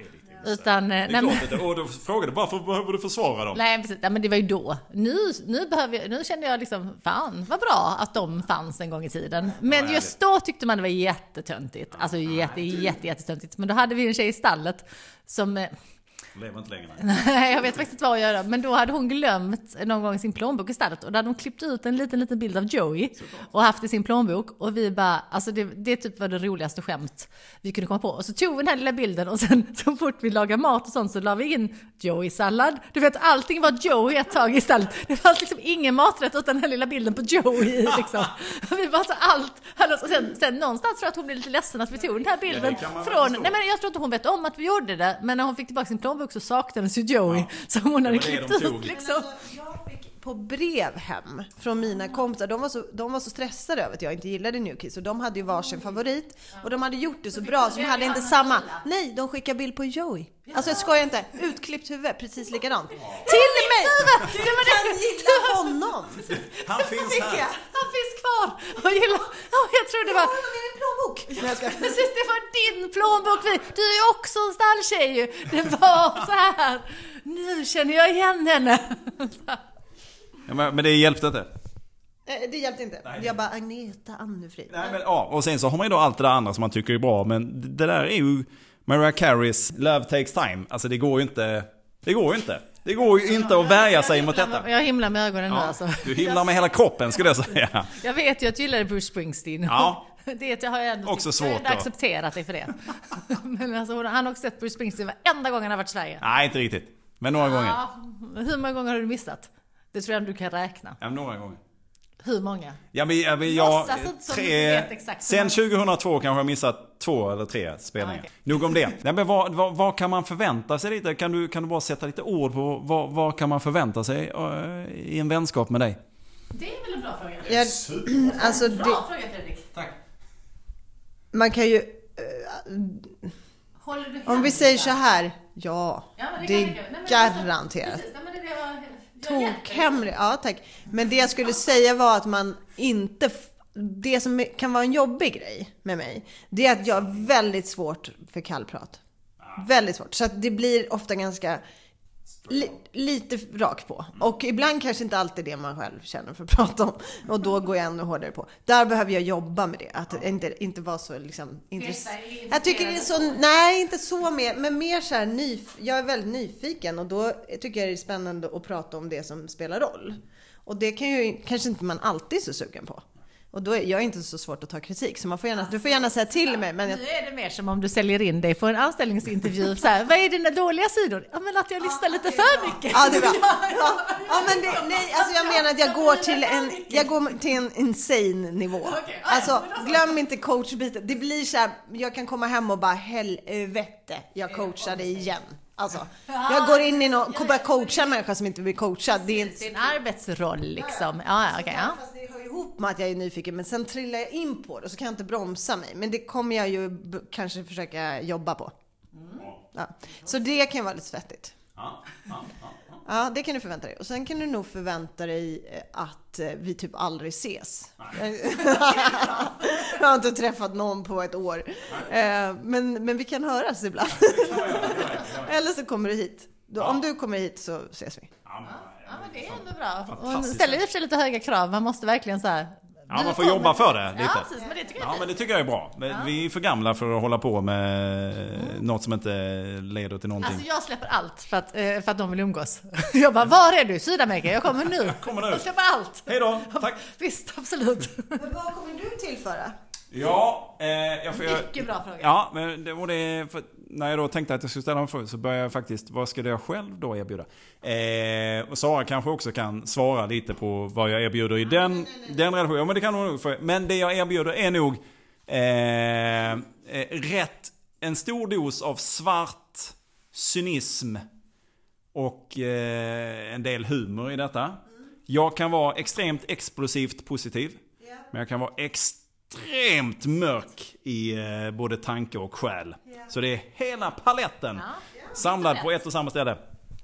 Speaker 2: Utan... eh,
Speaker 1: Det är
Speaker 2: nej, men,
Speaker 1: klart inte. Och då frågade jag, varför behöver du försvara dem?
Speaker 2: nej, precis. Nej, men det var ju då. Nu, nu, behöver jag, nu kände jag liksom, fan vad bra att de fanns en gång i tiden. Men
Speaker 1: härligt.
Speaker 2: just då tyckte man det var jättetöntigt. Alltså jätte, jätte, jättetöntigt. Men då hade vi en tjej i stallet som... eh,
Speaker 1: Lever inte längre.
Speaker 2: Nej, jag vet faktiskt inte vad jag gör. Men då hade hon glömt någon gång sin plånbok i stallet och då hade hon klippt ut en liten, liten bild av Joey och haft i sin plånbok. Och vi bara, alltså det, det typ var det roligaste skämt vi kunde komma på. Och så tog vi den här lilla bilden och sen så fort vi lagade mat och sånt så la vi in Joey-sallad. Du vet, allting var Joey ett tag i stallet. Det fanns liksom ingen maträtt utan den här lilla bilden på Joey i, liksom. Vi bara, alltså allt. hallå. Och sen, sen någonstans tror jag att hon blev lite ledsen att vi tog den här bilden
Speaker 1: kan man väl
Speaker 2: från,
Speaker 1: förstå.
Speaker 2: nej men men jag tror inte hon vet om att vi gjorde det, men när hon fick tillbaka sin plånbok så saknades ju Joey som hon hade
Speaker 1: var det de
Speaker 2: klippt
Speaker 1: tog.
Speaker 2: ut liksom.
Speaker 3: alltså, Jag fick på brev hem från mina kompisar. De var, så, de var så stressade över att jag inte gillade New Kids och de hade ju varsin favorit och de hade gjort det så bra så de hade inte samma. Nej, de skickade bild på Joey. Alltså jag skojar inte. Utklippt huvud, precis likadant. Till mig! Du kan gilla honom!
Speaker 1: Han finns
Speaker 3: Fick jag?
Speaker 1: här.
Speaker 2: Han finns kvar! Och gillar, oh, jag tror det
Speaker 3: Jag har
Speaker 2: var...
Speaker 3: honom i min plånbok! Nej, jag skojar.
Speaker 2: Precis, det var din plånbok! vi- Du är också en stalltjej ju! Det var så här. Nu känner jag igen henne!
Speaker 1: Ja, men, men det hjälpte inte.
Speaker 3: Eh, Det hjälpte inte. Jag bara Agneta Annefrid.
Speaker 1: Nej, men, ja. Och sen så har man ju då allt det där andra som man tycker är bra. Men det där är ju Mariah Careys Love Takes Time. Alltså det går ju inte. Det går ju inte. Det går ju inte att värja sig mot detta.
Speaker 2: Jag himlar med ögonen nu
Speaker 1: Ja,
Speaker 2: alltså.
Speaker 1: du himlar med hela kroppen skulle jag säga.
Speaker 2: Jag vet ju att du gillade Bruce Springsteen.
Speaker 1: Ja.
Speaker 2: Det har jag ändå,
Speaker 1: Också
Speaker 2: jag
Speaker 1: svårt
Speaker 2: har ändå
Speaker 1: då.
Speaker 2: accepterat dig för det. Men alltså, hon- han har också sett Bruce Springsteen varenda gång han har varit i Sverige.
Speaker 1: Nej, inte riktigt. Men några gånger.
Speaker 2: Ja, hur många gånger har du missat? Det tror jag ändå du kan räkna.
Speaker 1: Ja, men några gånger.
Speaker 2: Hur många?
Speaker 1: Ja, men, ja, men jag,
Speaker 2: Låtsas inte som du
Speaker 1: tre,
Speaker 2: vet exakt.
Speaker 1: sen 2002 kanske jag missat två eller tre spelningar.
Speaker 2: Ah, okej.
Speaker 1: Nog om det. Nej, men vad, vad, vad kan man förvänta sig lite? Kan du, kan du bara sätta lite ord på vad, vad kan man förvänta sig eh, i en vänskap med dig?
Speaker 2: Det är väl en bra fråga?
Speaker 3: Jag, alltså det,
Speaker 2: Bra fråga Fredrik.
Speaker 1: Tack.
Speaker 3: man kan ju,
Speaker 2: Håller du
Speaker 3: om vi säger så här. Ja,
Speaker 2: Ja, men det
Speaker 3: det
Speaker 2: kan jag- nej,
Speaker 3: är
Speaker 2: men alltså,
Speaker 3: garanterat.
Speaker 2: Precis, nej, men det är det jag
Speaker 3: tokhemlig. Ja, tack. Men det jag skulle säga var att man inte... f- Det som kan vara en jobbig grej med mig, det är att jag har väldigt svårt för kallprat.
Speaker 2: Ah.
Speaker 3: Väldigt svårt. Så att det blir ofta ganska... Li, lite rakt på. Och ibland kanske inte alltid det man själv känner för att prata om. Och då går jag ännu hårdare på. Där behöver jag jobba med det. Att inte, inte vara så liksom intresserad. Jag tycker det är så, nej inte så mer, men mer så här nyf, jag är väldigt nyfiken och då tycker jag det är spännande att prata om det som spelar roll. Och det kan ju kanske inte man alltid är så sugen på. Och då är jag är inte så svårt att ta kritik, så man får gärna, du får gärna säga till mig. Men jag,
Speaker 2: Nu är det mer som om du säljer in dig på en anställningsintervju. Så här, vad är dina dåliga sidor? Ja, men att jag lyssnar lite för mycket.
Speaker 3: Ja, det är bra. Ja, ja, men det, nej, alltså jag menar att jag går till en, jag går till en insane nivå. Alltså, glöm inte coachbiten. Det blir så här, jag kan komma hem och bara helvete, jag coachade igen. Alltså, jag går in i någon, börjar coacha en människa som inte blir coachad. Det är inte
Speaker 2: Sin arbetsroll liksom. Ja, ja, okej. ja.
Speaker 3: Fast det hör ju ihop med att jag är nyfiken, men sen trillar jag in på det och så kan jag inte bromsa mig. Men det kommer jag ju b- kanske försöka jobba på. Ja. Så det kan vara lite svettigt. Ja, det kan du förvänta dig. Och sen kan du nog förvänta dig eh, att eh, vi typ aldrig ses. jag har inte träffat någon på ett år. Eh, Men, men vi kan höras ibland. Eller så kommer du hit. Då- Om du kommer hit så ses vi.
Speaker 2: Ja, men det är ändå bra. Och
Speaker 1: Fantastiskt.
Speaker 2: ställer i och för sig lite höga krav. Man måste verkligen så här...
Speaker 1: Ja, man
Speaker 2: vi
Speaker 1: får
Speaker 2: kommer-
Speaker 1: jobba för det lite.
Speaker 2: Ja, precis. Men det tycker jag
Speaker 1: Ja
Speaker 2: är
Speaker 1: men
Speaker 2: fint.
Speaker 1: det tycker jag är bra. Vi- Vi är för gamla för att hålla på med något som inte leder till någonting.
Speaker 2: Alltså jag släpper allt för att, eh, för att de vill umgås. Jag bara, var är du? Sydamerika? Jag kommer nu. Jag
Speaker 1: kommer nu.
Speaker 2: Jag släpper allt.
Speaker 1: Hej då, tack.
Speaker 2: Visst, absolut.
Speaker 3: Men vad kommer du tillföra?
Speaker 1: Ja, eh, jag får...
Speaker 2: Mycket bra fråga.
Speaker 1: Ja, men det, och det, för, när jag då tänkte att jag skulle ställa en fråga så började jag faktiskt, vad skulle jag själv då erbjuda? Eh, och Sara kanske också kan svara lite på vad jag erbjuder i den, den relationen. Ja, men det kan hon nog. För, men det jag erbjuder är nog eh, eh, rätt, en stor dos av svart cynism och eh, en del humor i detta. Jag kan vara extremt explosivt positiv. Men jag kan vara extremt mörk i eh, både tanke och själ. Så det är hela paletten samlad på ett och samma ställe.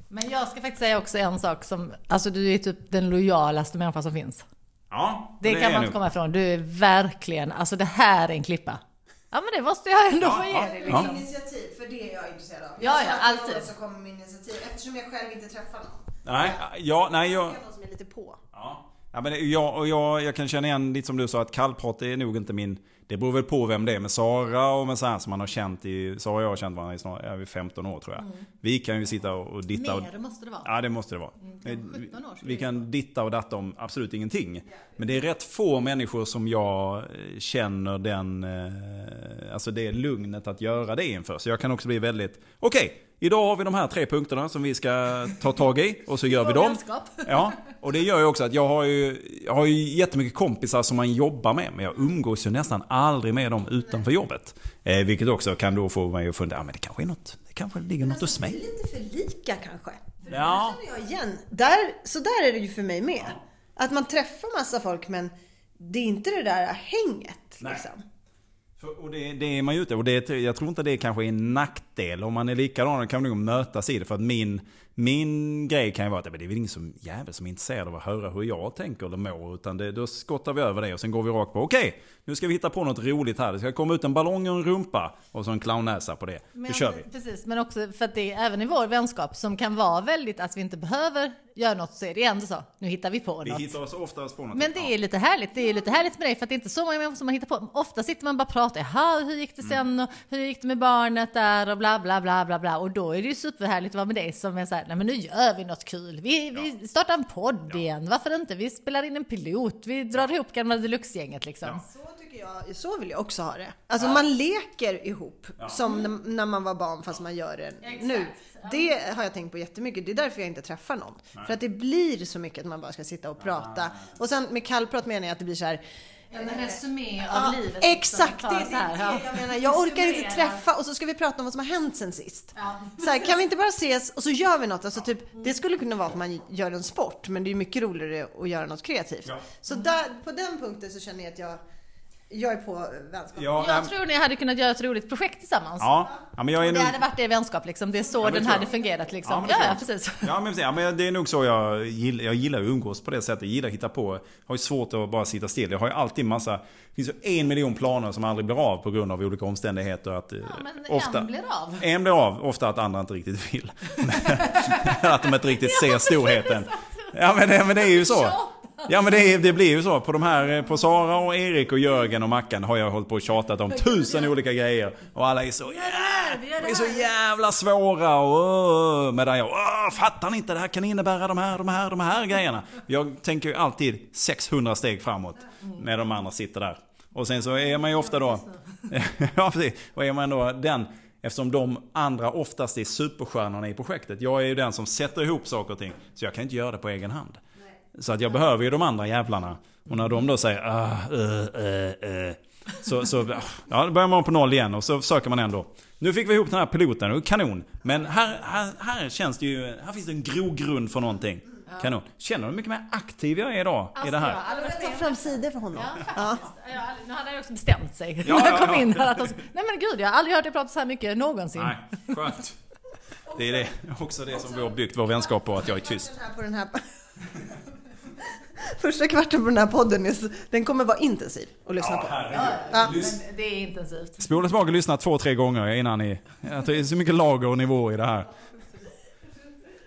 Speaker 2: Men jag ska faktiskt säga också en sak som, alltså du är typ den lojalaste människan som finns.
Speaker 1: Ja,
Speaker 2: Det,
Speaker 1: är
Speaker 2: kan man
Speaker 1: jag
Speaker 2: inte
Speaker 1: nog.
Speaker 2: komma ifrån. Du är verkligen, alltså det här är en klippa. Ja men det måste jag ändå få ge
Speaker 1: ja,
Speaker 2: dig.
Speaker 1: ja.
Speaker 2: Liksom.
Speaker 3: Initiativ, för det är jag intresserad av.
Speaker 2: Ja, ja, alltid.
Speaker 3: Så kommer min initiativ, eftersom jag själv inte träffar någon.
Speaker 1: Nej, ja, nej, jag...
Speaker 3: Någon som är lite på.
Speaker 1: Ja. Ja, men det- jag, och jag, jag kan känna igen lite som du sa att kallprat är nog inte min... Det beror väl på vem det är med Sara och med så här som man har känt i... Sara och jag har känt varandra i snar, över 15 år tror jag. Vi kan ju sitta och, och ditta och...
Speaker 2: Mm. Mer måste det vara.
Speaker 1: Ja det måste det vara.
Speaker 2: Mm,
Speaker 1: Eh,
Speaker 2: kanske 17 år skulle
Speaker 1: vi kan ditta och datta om absolut ingenting. Men det är rätt få människor som jag eh, känner den... eh, Alltså det lugnet att göra det inför. Så jag kan också bli väldigt... Okej, idag har vi de här tre punkterna som vi ska ta tag i och så gör vi
Speaker 2: Bra
Speaker 1: dem.
Speaker 2: vänskap.
Speaker 1: Ja, och det gör ju också att jag har ju, jag har ju jättemycket kompisar som man jobbar med. Men jag umgås ju nästan aldrig med dem utanför jobbet. Eh, vilket också kan då få mig att fundera, ah, men det kanske är något, det kanske ligger något hos mig.
Speaker 2: alltså,
Speaker 3: Lite för lika kanske. För
Speaker 1: Ja.
Speaker 3: det känner jag igen. Där, så där är det ju för mig med. Att man träffar massa folk men det är inte det där hänget.
Speaker 1: Nej.
Speaker 3: Liksom.
Speaker 1: För, och det, det är man ju ute och det, jag tror inte det kanske är en nackdel. Om man är likadan kan man nog mötas i det. För att min, min grej kan ju vara att "Ja, men det är väl ingen som, jävel som är intresserad av att höra hur jag tänker eller mår. Utan det, då skottar vi över det och sen går vi rakt på okej, nu ska vi hitta på något roligt här. Det ska komma ut en ballong och en rumpa och så en clownnäsa på det.
Speaker 2: Men,
Speaker 1: Då kör vi.
Speaker 2: Precis, men också för att det är även i vår vänskap som kan vara väldigt att vi inte behöver göra något så är det ändå så. Nu hittar vi på
Speaker 1: Vi
Speaker 2: något.
Speaker 1: hittar oss oftast på något.
Speaker 2: Men det är lite härligt. Det är lite härligt med dig för att det är inte så många människor som man hittar på. Ofta sitter man bara och pratar. Jaha, hur gick det
Speaker 1: Mm.
Speaker 2: sen? Och hur gick det med barnet där? Och bla, bla, bla, bla, bla. Och då är det ju superhärligt att vara med dig som är så här, nej men nu gör vi något kul. Vi, vi startar en podd igen. Varför inte? Vi spelar in en pilot. Vi drar ihop gamla deluxe-gänget liksom.
Speaker 3: Så, tycker jag, så vill jag också ha det. Alltså man leker ihop som n- när man var barn fast man gör det nu. Det har jag tänkt på jättemycket. Det är därför jag inte träffar någon. För att det blir så mycket att man bara ska sitta
Speaker 1: Ah.
Speaker 3: och prata. Och sen med kallprat menar jag att det blir så här.
Speaker 2: En resumé av
Speaker 3: Ja,
Speaker 2: livet.
Speaker 3: exakt, det
Speaker 2: som tar
Speaker 3: är
Speaker 2: så här,
Speaker 3: det
Speaker 2: ja.
Speaker 3: jag menar. Jag orkar inte
Speaker 2: Summera.
Speaker 3: träffa och så ska vi prata om vad som har hänt sen sist. Så här, kan vi inte bara ses och så gör vi något? Alltså, typ, det skulle kunna vara att man gör en sport, men det är mycket roligare att göra något kreativt. Så där, på den punkten så känner jag att jag Jag är på vänskap.
Speaker 1: Ja,
Speaker 2: Jag
Speaker 1: nej,
Speaker 2: tror ni hade kunnat göra ett roligt projekt tillsammans.
Speaker 1: ja, ja, men jag är
Speaker 2: Det
Speaker 1: nog...
Speaker 2: hade varit er vänskap liksom. Det är så
Speaker 1: men det
Speaker 2: den
Speaker 1: tror
Speaker 2: hade
Speaker 1: jag.
Speaker 2: fungerat liksom.
Speaker 1: men det
Speaker 2: Ja,
Speaker 1: tror
Speaker 2: ja,
Speaker 1: jag.
Speaker 2: precis.
Speaker 1: Ja men, precis. ja men det är nog så jag gillar, jag gillar att umgås på det sättet. Jag gillar att hitta på. Jag har ju svårt att bara sitta still. Jag har ju alltid massa, det finns ju en miljon planer som aldrig blir av på grund av olika omständigheter. Att, ja,
Speaker 2: men en blir av.
Speaker 1: En blir av, ofta att andra inte riktigt vill. att de inte riktigt ser storheten. Ja men det, men det är ju så. Ja men det, är- det blir ju så. På de här, eh, på Sara och Erik och Jörgen och Mackan har jag hållit på och tjatat om tusen olika grejer. Och alla är så
Speaker 2: vi gör det
Speaker 1: det är så
Speaker 2: här."
Speaker 1: jävla svåra och öh, medan jag öh, fattar ni inte det här kan innebära de här, de här, de här grejerna. Jag tänker ju alltid 600 steg framåt när de andra sitter där. Och sen så är man ju ofta då, ja precis, och är man då den Eftersom de andra oftast är superstjärnorna i projektet. Jag är ju den som sätter ihop saker och ting. Så jag kan inte göra det på egen hand. Så att jag behöver ju de andra jävlarna. Och när de då säger ah, eh, eh, eh, så, så ja, då börjar man på noll igen och så försöker man ändå. Nu fick vi ihop den här piloten, och kanon. Men här, här, här känns det ju, här finns det en grogrund för någonting. Kanon. Känner du hur mycket mer aktiv jag är idag
Speaker 2: Alltså,
Speaker 1: i det här?
Speaker 3: Ta fram sidor för honom.
Speaker 2: Ja, faktiskt. Jag har aldrig- Nu hade han ju också bestämt sig när
Speaker 1: Ja,
Speaker 2: han
Speaker 1: ja,
Speaker 2: kom
Speaker 1: ja.
Speaker 2: in här. Att han, nej men gud, jag har aldrig hört dig prata så här mycket någonsin.
Speaker 1: Nej, skönt. Det är det, också det som vi har byggt vår vänskap på, att jag är tyst.
Speaker 3: Den här på den här... Första kvarten på den här podden, är, så- den kommer vara intensiv att lyssna på. Ja.
Speaker 2: Men det är intensivt.
Speaker 1: Spola tillbaka och lyssna två, tre gånger innan ni... Att det är så mycket lager och nivåer i det här.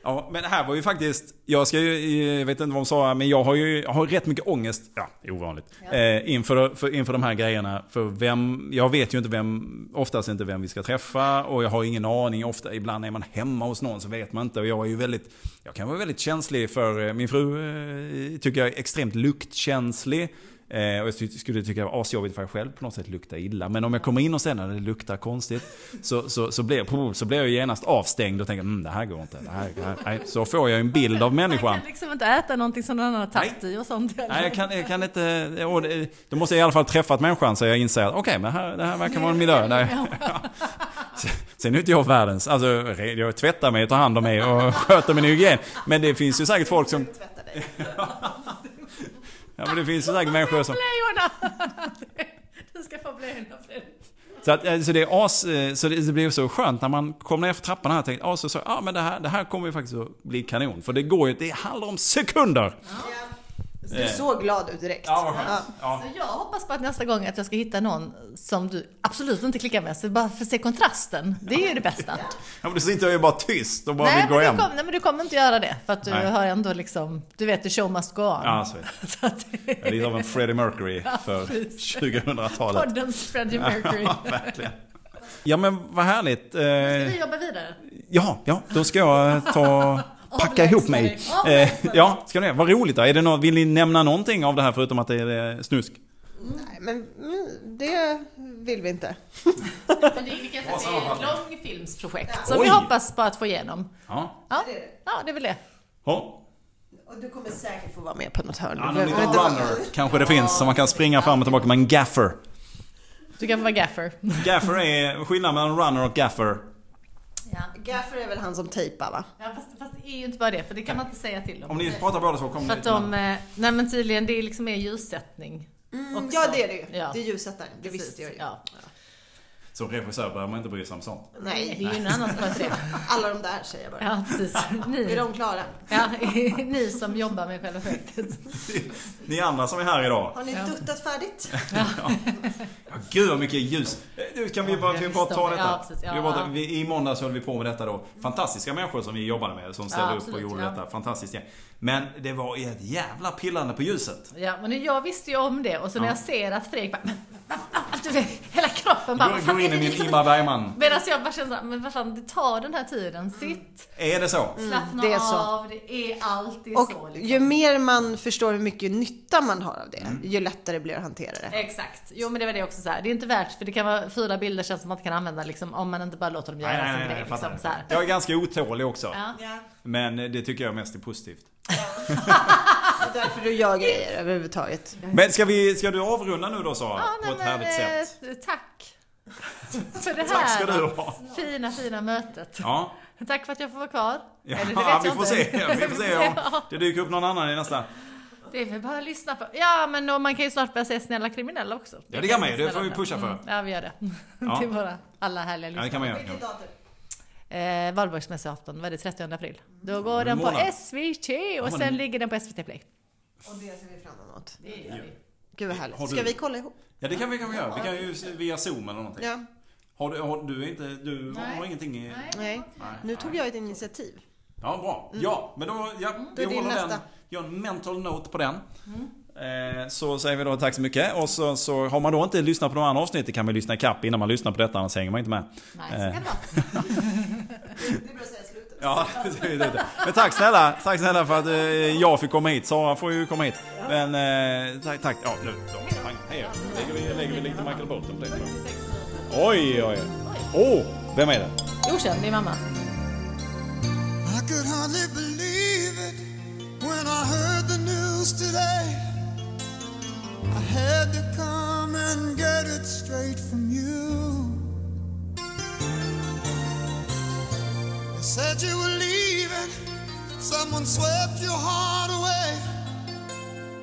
Speaker 1: Ja, men det här var ju faktiskt... Jag ska ju... Jag vet inte vad de sa, men jag har ju jag har rätt mycket ångest. Ja, det är ovanligt. Eh, inför, för, inför de här grejerna. För vem... Jag vet ju inte vem... Oftast inte vem vi ska träffa. Och jag har ingen aning. Ofta, ibland är man hemma hos någon så vet man inte. Och jag är ju väldigt... Jag kan vara väldigt känslig för... eh, Min fru eh, tycker jag är extremt luktkänslig. Eh, och jag ty- skulle tycka det var asjobbigt för jag själv på något sätt luktar illa. Men om jag kommer in och sen när det luktar konstigt så, så, så, blir, jag- så blir jag genast avstängd och tänker mm, det här går inte. Det här, det här, nej. Så får jag ju en bild av människan.
Speaker 2: Man kan liksom inte äta någonting som någon annan har tagit i och sånt.
Speaker 1: Nej, jag kan, jag kan inte... eh, Och det, då måste jag i alla fall träffat människan så jag inser att okej, men här, det här verkar vara en miljö. Där, Sen är inte jag världens... Alltså, re- jag tvättar mig, tar hand om mig och sköter min hygien. Men det finns ju säkert folk som... Ja, men det finns ju säkert människor som...
Speaker 2: Blöjorna! Du ska få blöjorna Fredrik.
Speaker 1: Så, att, eh, så, det är as, eh, så det, det blev så skönt när man kom ner för trappan här och tänkte ah, så, så, ah, men det, här, det här kommer ju faktiskt att bli kanon. För det går ju, det handlar om sekunder!
Speaker 3: Du såg glad ut direkt.
Speaker 1: Eh. Ja.
Speaker 2: Så Jag hoppas på att nästa gång att jag ska hitta någon som du absolut inte klickar med, så bara för att se kontrasten. Det är ju det bästa.
Speaker 1: Ja, men då sitter jag ju bara tyst och bara
Speaker 2: Nej,
Speaker 1: vill
Speaker 2: men
Speaker 1: gå
Speaker 2: du
Speaker 1: hem.
Speaker 2: kom, nej men du kommer inte göra det, för att du
Speaker 1: Nej.
Speaker 2: har ändå liksom, du vet the show must go on.
Speaker 1: Ja, så är
Speaker 2: Så att det
Speaker 1: det. är lite av en Freddie Mercury för
Speaker 2: precis.
Speaker 1: 2000-talet.
Speaker 2: Poddens Freddie Mercury.
Speaker 1: Verkligen. Ja men vad härligt. Eh,
Speaker 2: Vi jobbar vidare.
Speaker 1: ja, ja, då ska jag eh, ta... Packa ihop mig.
Speaker 2: Avlägsna dig.
Speaker 1: Eh, ja, ska ni Vad roligt då. Är det nå- vill ni nämna någonting av det här förutom att det är eh, snusk?
Speaker 3: Nej, men mm, det vill vi inte.
Speaker 2: Men det är, vilket, det är ett långfilmsprojekt som vi
Speaker 1: Oj.
Speaker 2: hoppas på att få igenom.
Speaker 1: Ja.
Speaker 2: Ja, ja det är väl det.
Speaker 1: Ja.
Speaker 3: Och du kommer säkert få vara med på något hörn.
Speaker 1: Ja,
Speaker 3: Jag
Speaker 1: någon
Speaker 3: vet
Speaker 1: liten
Speaker 3: inte vad-
Speaker 1: runner kanske det finns som man kan springa fram och tillbaka med en gaffer.
Speaker 2: Du kan få vara gaffer.
Speaker 1: Gaffer är skillnaden mellan runner och gaffer.
Speaker 2: Ja.
Speaker 3: Gaffer är väl han som tejpar va?
Speaker 2: Ja, fast, fast det är ju inte bara det, för det kan man inte säga till dem.
Speaker 1: Om ni pratar båda så kommer
Speaker 2: För att de, eh, nej men tydligen, det är liksom mer ljussättning.
Speaker 3: Mm,
Speaker 2: också.
Speaker 3: ja det är det ju.
Speaker 2: Ja.
Speaker 3: Det är ljussättaren. Det visste jag ju.
Speaker 2: Ja.
Speaker 1: Som regissör behöver man inte bry sig om sånt.
Speaker 2: Nej, det
Speaker 3: Nej,
Speaker 2: är ju en annan som sköter det.
Speaker 3: alla de där säger jag bara.
Speaker 2: Ja, precis.
Speaker 3: Är
Speaker 2: Ni,
Speaker 3: de klara?
Speaker 2: ja, ni som jobbar med själva projektet.
Speaker 1: Ni andra som är här idag.
Speaker 3: Har ni duttat färdigt?
Speaker 1: Ja, Gud vad mycket ljus. Eh, Nu kan vi bara,
Speaker 2: jag
Speaker 1: vi bara
Speaker 2: visste
Speaker 1: ta
Speaker 2: om det. Ja,
Speaker 1: detta.
Speaker 2: precis. Ja,
Speaker 1: vi bara,
Speaker 2: ja.
Speaker 1: vi, I måndags höll vi på med detta då. Fantastiska människor som vi jobbade med som ställde
Speaker 2: Ja,
Speaker 1: upp och
Speaker 2: absolut,
Speaker 1: gjorde
Speaker 2: ja.
Speaker 1: detta. Fantastiskt. gäng. Men det var ett jävla pillande på ljuset.
Speaker 2: Ja, men jag visste ju om det och så när jag ser att Fredrik bara, men, vad fan?" alltså, du vet, hela kroppen bara, vad
Speaker 1: Gå,
Speaker 2: fan
Speaker 1: gå
Speaker 2: är
Speaker 1: in i
Speaker 2: det
Speaker 1: min
Speaker 2: liksom?
Speaker 1: Ingmar Bergman.
Speaker 2: Medan jag bara känner såhär, men vad fan, det tar den här tiden. Sitt,
Speaker 1: Är det så?
Speaker 2: slappna
Speaker 3: det är så.
Speaker 2: av, Mm. det är alltid så.
Speaker 3: Och
Speaker 2: Liksom.
Speaker 3: ju mer man förstår hur mycket nytta man har av det,
Speaker 1: Mm.
Speaker 3: ju lättare blir det att hantera det.
Speaker 2: Exakt. Jo men det var det också så här. det är inte värt, för det kan vara fyra bilder känns som man inte kan använda liksom, om man inte bara låter dem göra
Speaker 1: Nej, nej, nej,
Speaker 2: sin
Speaker 1: nej,
Speaker 2: grej.
Speaker 1: jag
Speaker 2: Liksom,
Speaker 1: fattar.
Speaker 2: så här.
Speaker 1: Jag är ganska otålig också.
Speaker 2: Ja.
Speaker 1: Men eh, det tycker jag mest är positivt.
Speaker 3: Det är därför du gör grejer överhuvudtaget.
Speaker 1: Men ska, vi, ska du avrunda nu då Sara?
Speaker 2: Ja,
Speaker 1: på
Speaker 2: nej,
Speaker 1: ett
Speaker 2: men,
Speaker 1: härligt
Speaker 2: eh,
Speaker 1: sätt.
Speaker 2: Tack. För det här
Speaker 1: Tack ska du ha.
Speaker 2: fina, fina mötet.
Speaker 1: Ja,
Speaker 2: Tack för att jag får vara kvar.
Speaker 1: ja
Speaker 2: Eller, det vet
Speaker 1: vi,
Speaker 2: jag
Speaker 1: får
Speaker 2: inte.
Speaker 1: se. vi får se om det dyker upp någon annan i nästa.
Speaker 2: Det är väl bara att lyssna på. Ja, men och man kan ju snart börja säga snälla kriminella också.
Speaker 1: Ja, det kan man ju.
Speaker 2: Snälla
Speaker 1: Det får vi pusha för.
Speaker 2: Mm, ja, vi gör det.
Speaker 1: Ja.
Speaker 2: Till våra alla härliga
Speaker 1: Ja, det
Speaker 2: lyssnare.
Speaker 1: kan man göra.
Speaker 3: Vilket datum?
Speaker 2: Eh, Valborgsmässoafton, vad är det? 30 april. Då går
Speaker 1: en
Speaker 2: den på
Speaker 1: Mm. månad.
Speaker 2: SVT och
Speaker 1: men-
Speaker 2: sen ligger den på SVT Play.
Speaker 3: Och det ser vi fram emot. Gud vad härligt.
Speaker 1: Har du-
Speaker 3: Ska vi kolla ihop?
Speaker 1: Ja, det kan vi kanske göra. Vi kan ju se via Zoom eller någonting.
Speaker 3: Ja.
Speaker 1: Har du, har du inte... Du har
Speaker 2: Nej.
Speaker 1: ingenting i...
Speaker 3: Nej. Nu tog jag ett initiativ.
Speaker 1: Ja, bra. Ja, men då... Ja, vi
Speaker 3: Mm. är din
Speaker 1: håller den.
Speaker 3: nästa. Mm.
Speaker 1: Gör en mental note på den. Eh, Så säger vi då tack så mycket och så, så har man då inte lyssnat på de andra avsnitten kan man lyssna ikapp innan man lyssnar på detta annars hänger man inte med.
Speaker 2: Nej, så kan det vara.
Speaker 3: Det är bra att säga slutet.
Speaker 1: Ja, det är det. Men tack snälla, tack snälla för att eh, jag fick komma hit. Sara får ju komma hit. Men eh, tack, tack. Ja, nu då. Pang, Hej. Lägger vi, lägger vi lite Michael Bolton på det. tror jag. Oj, oj, oj. Oh, vem är det?
Speaker 2: Okänd, din mamma.
Speaker 4: I could hardly believe it when I heard the news today. I had to come and get it straight from you. You said you were leaving, someone swept your heart away.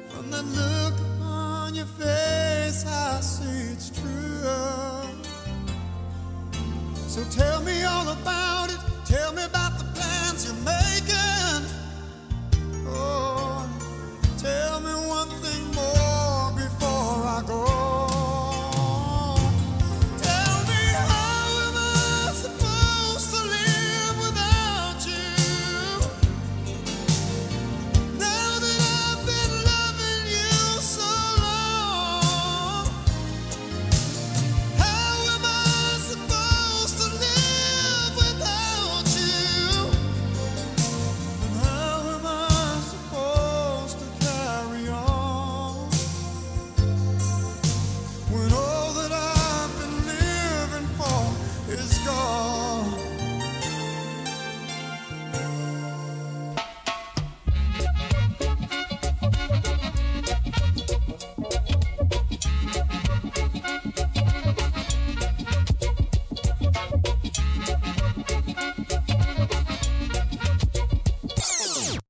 Speaker 4: From the look on your face, I see it's true. So tell me all about it. Tell me about Oh,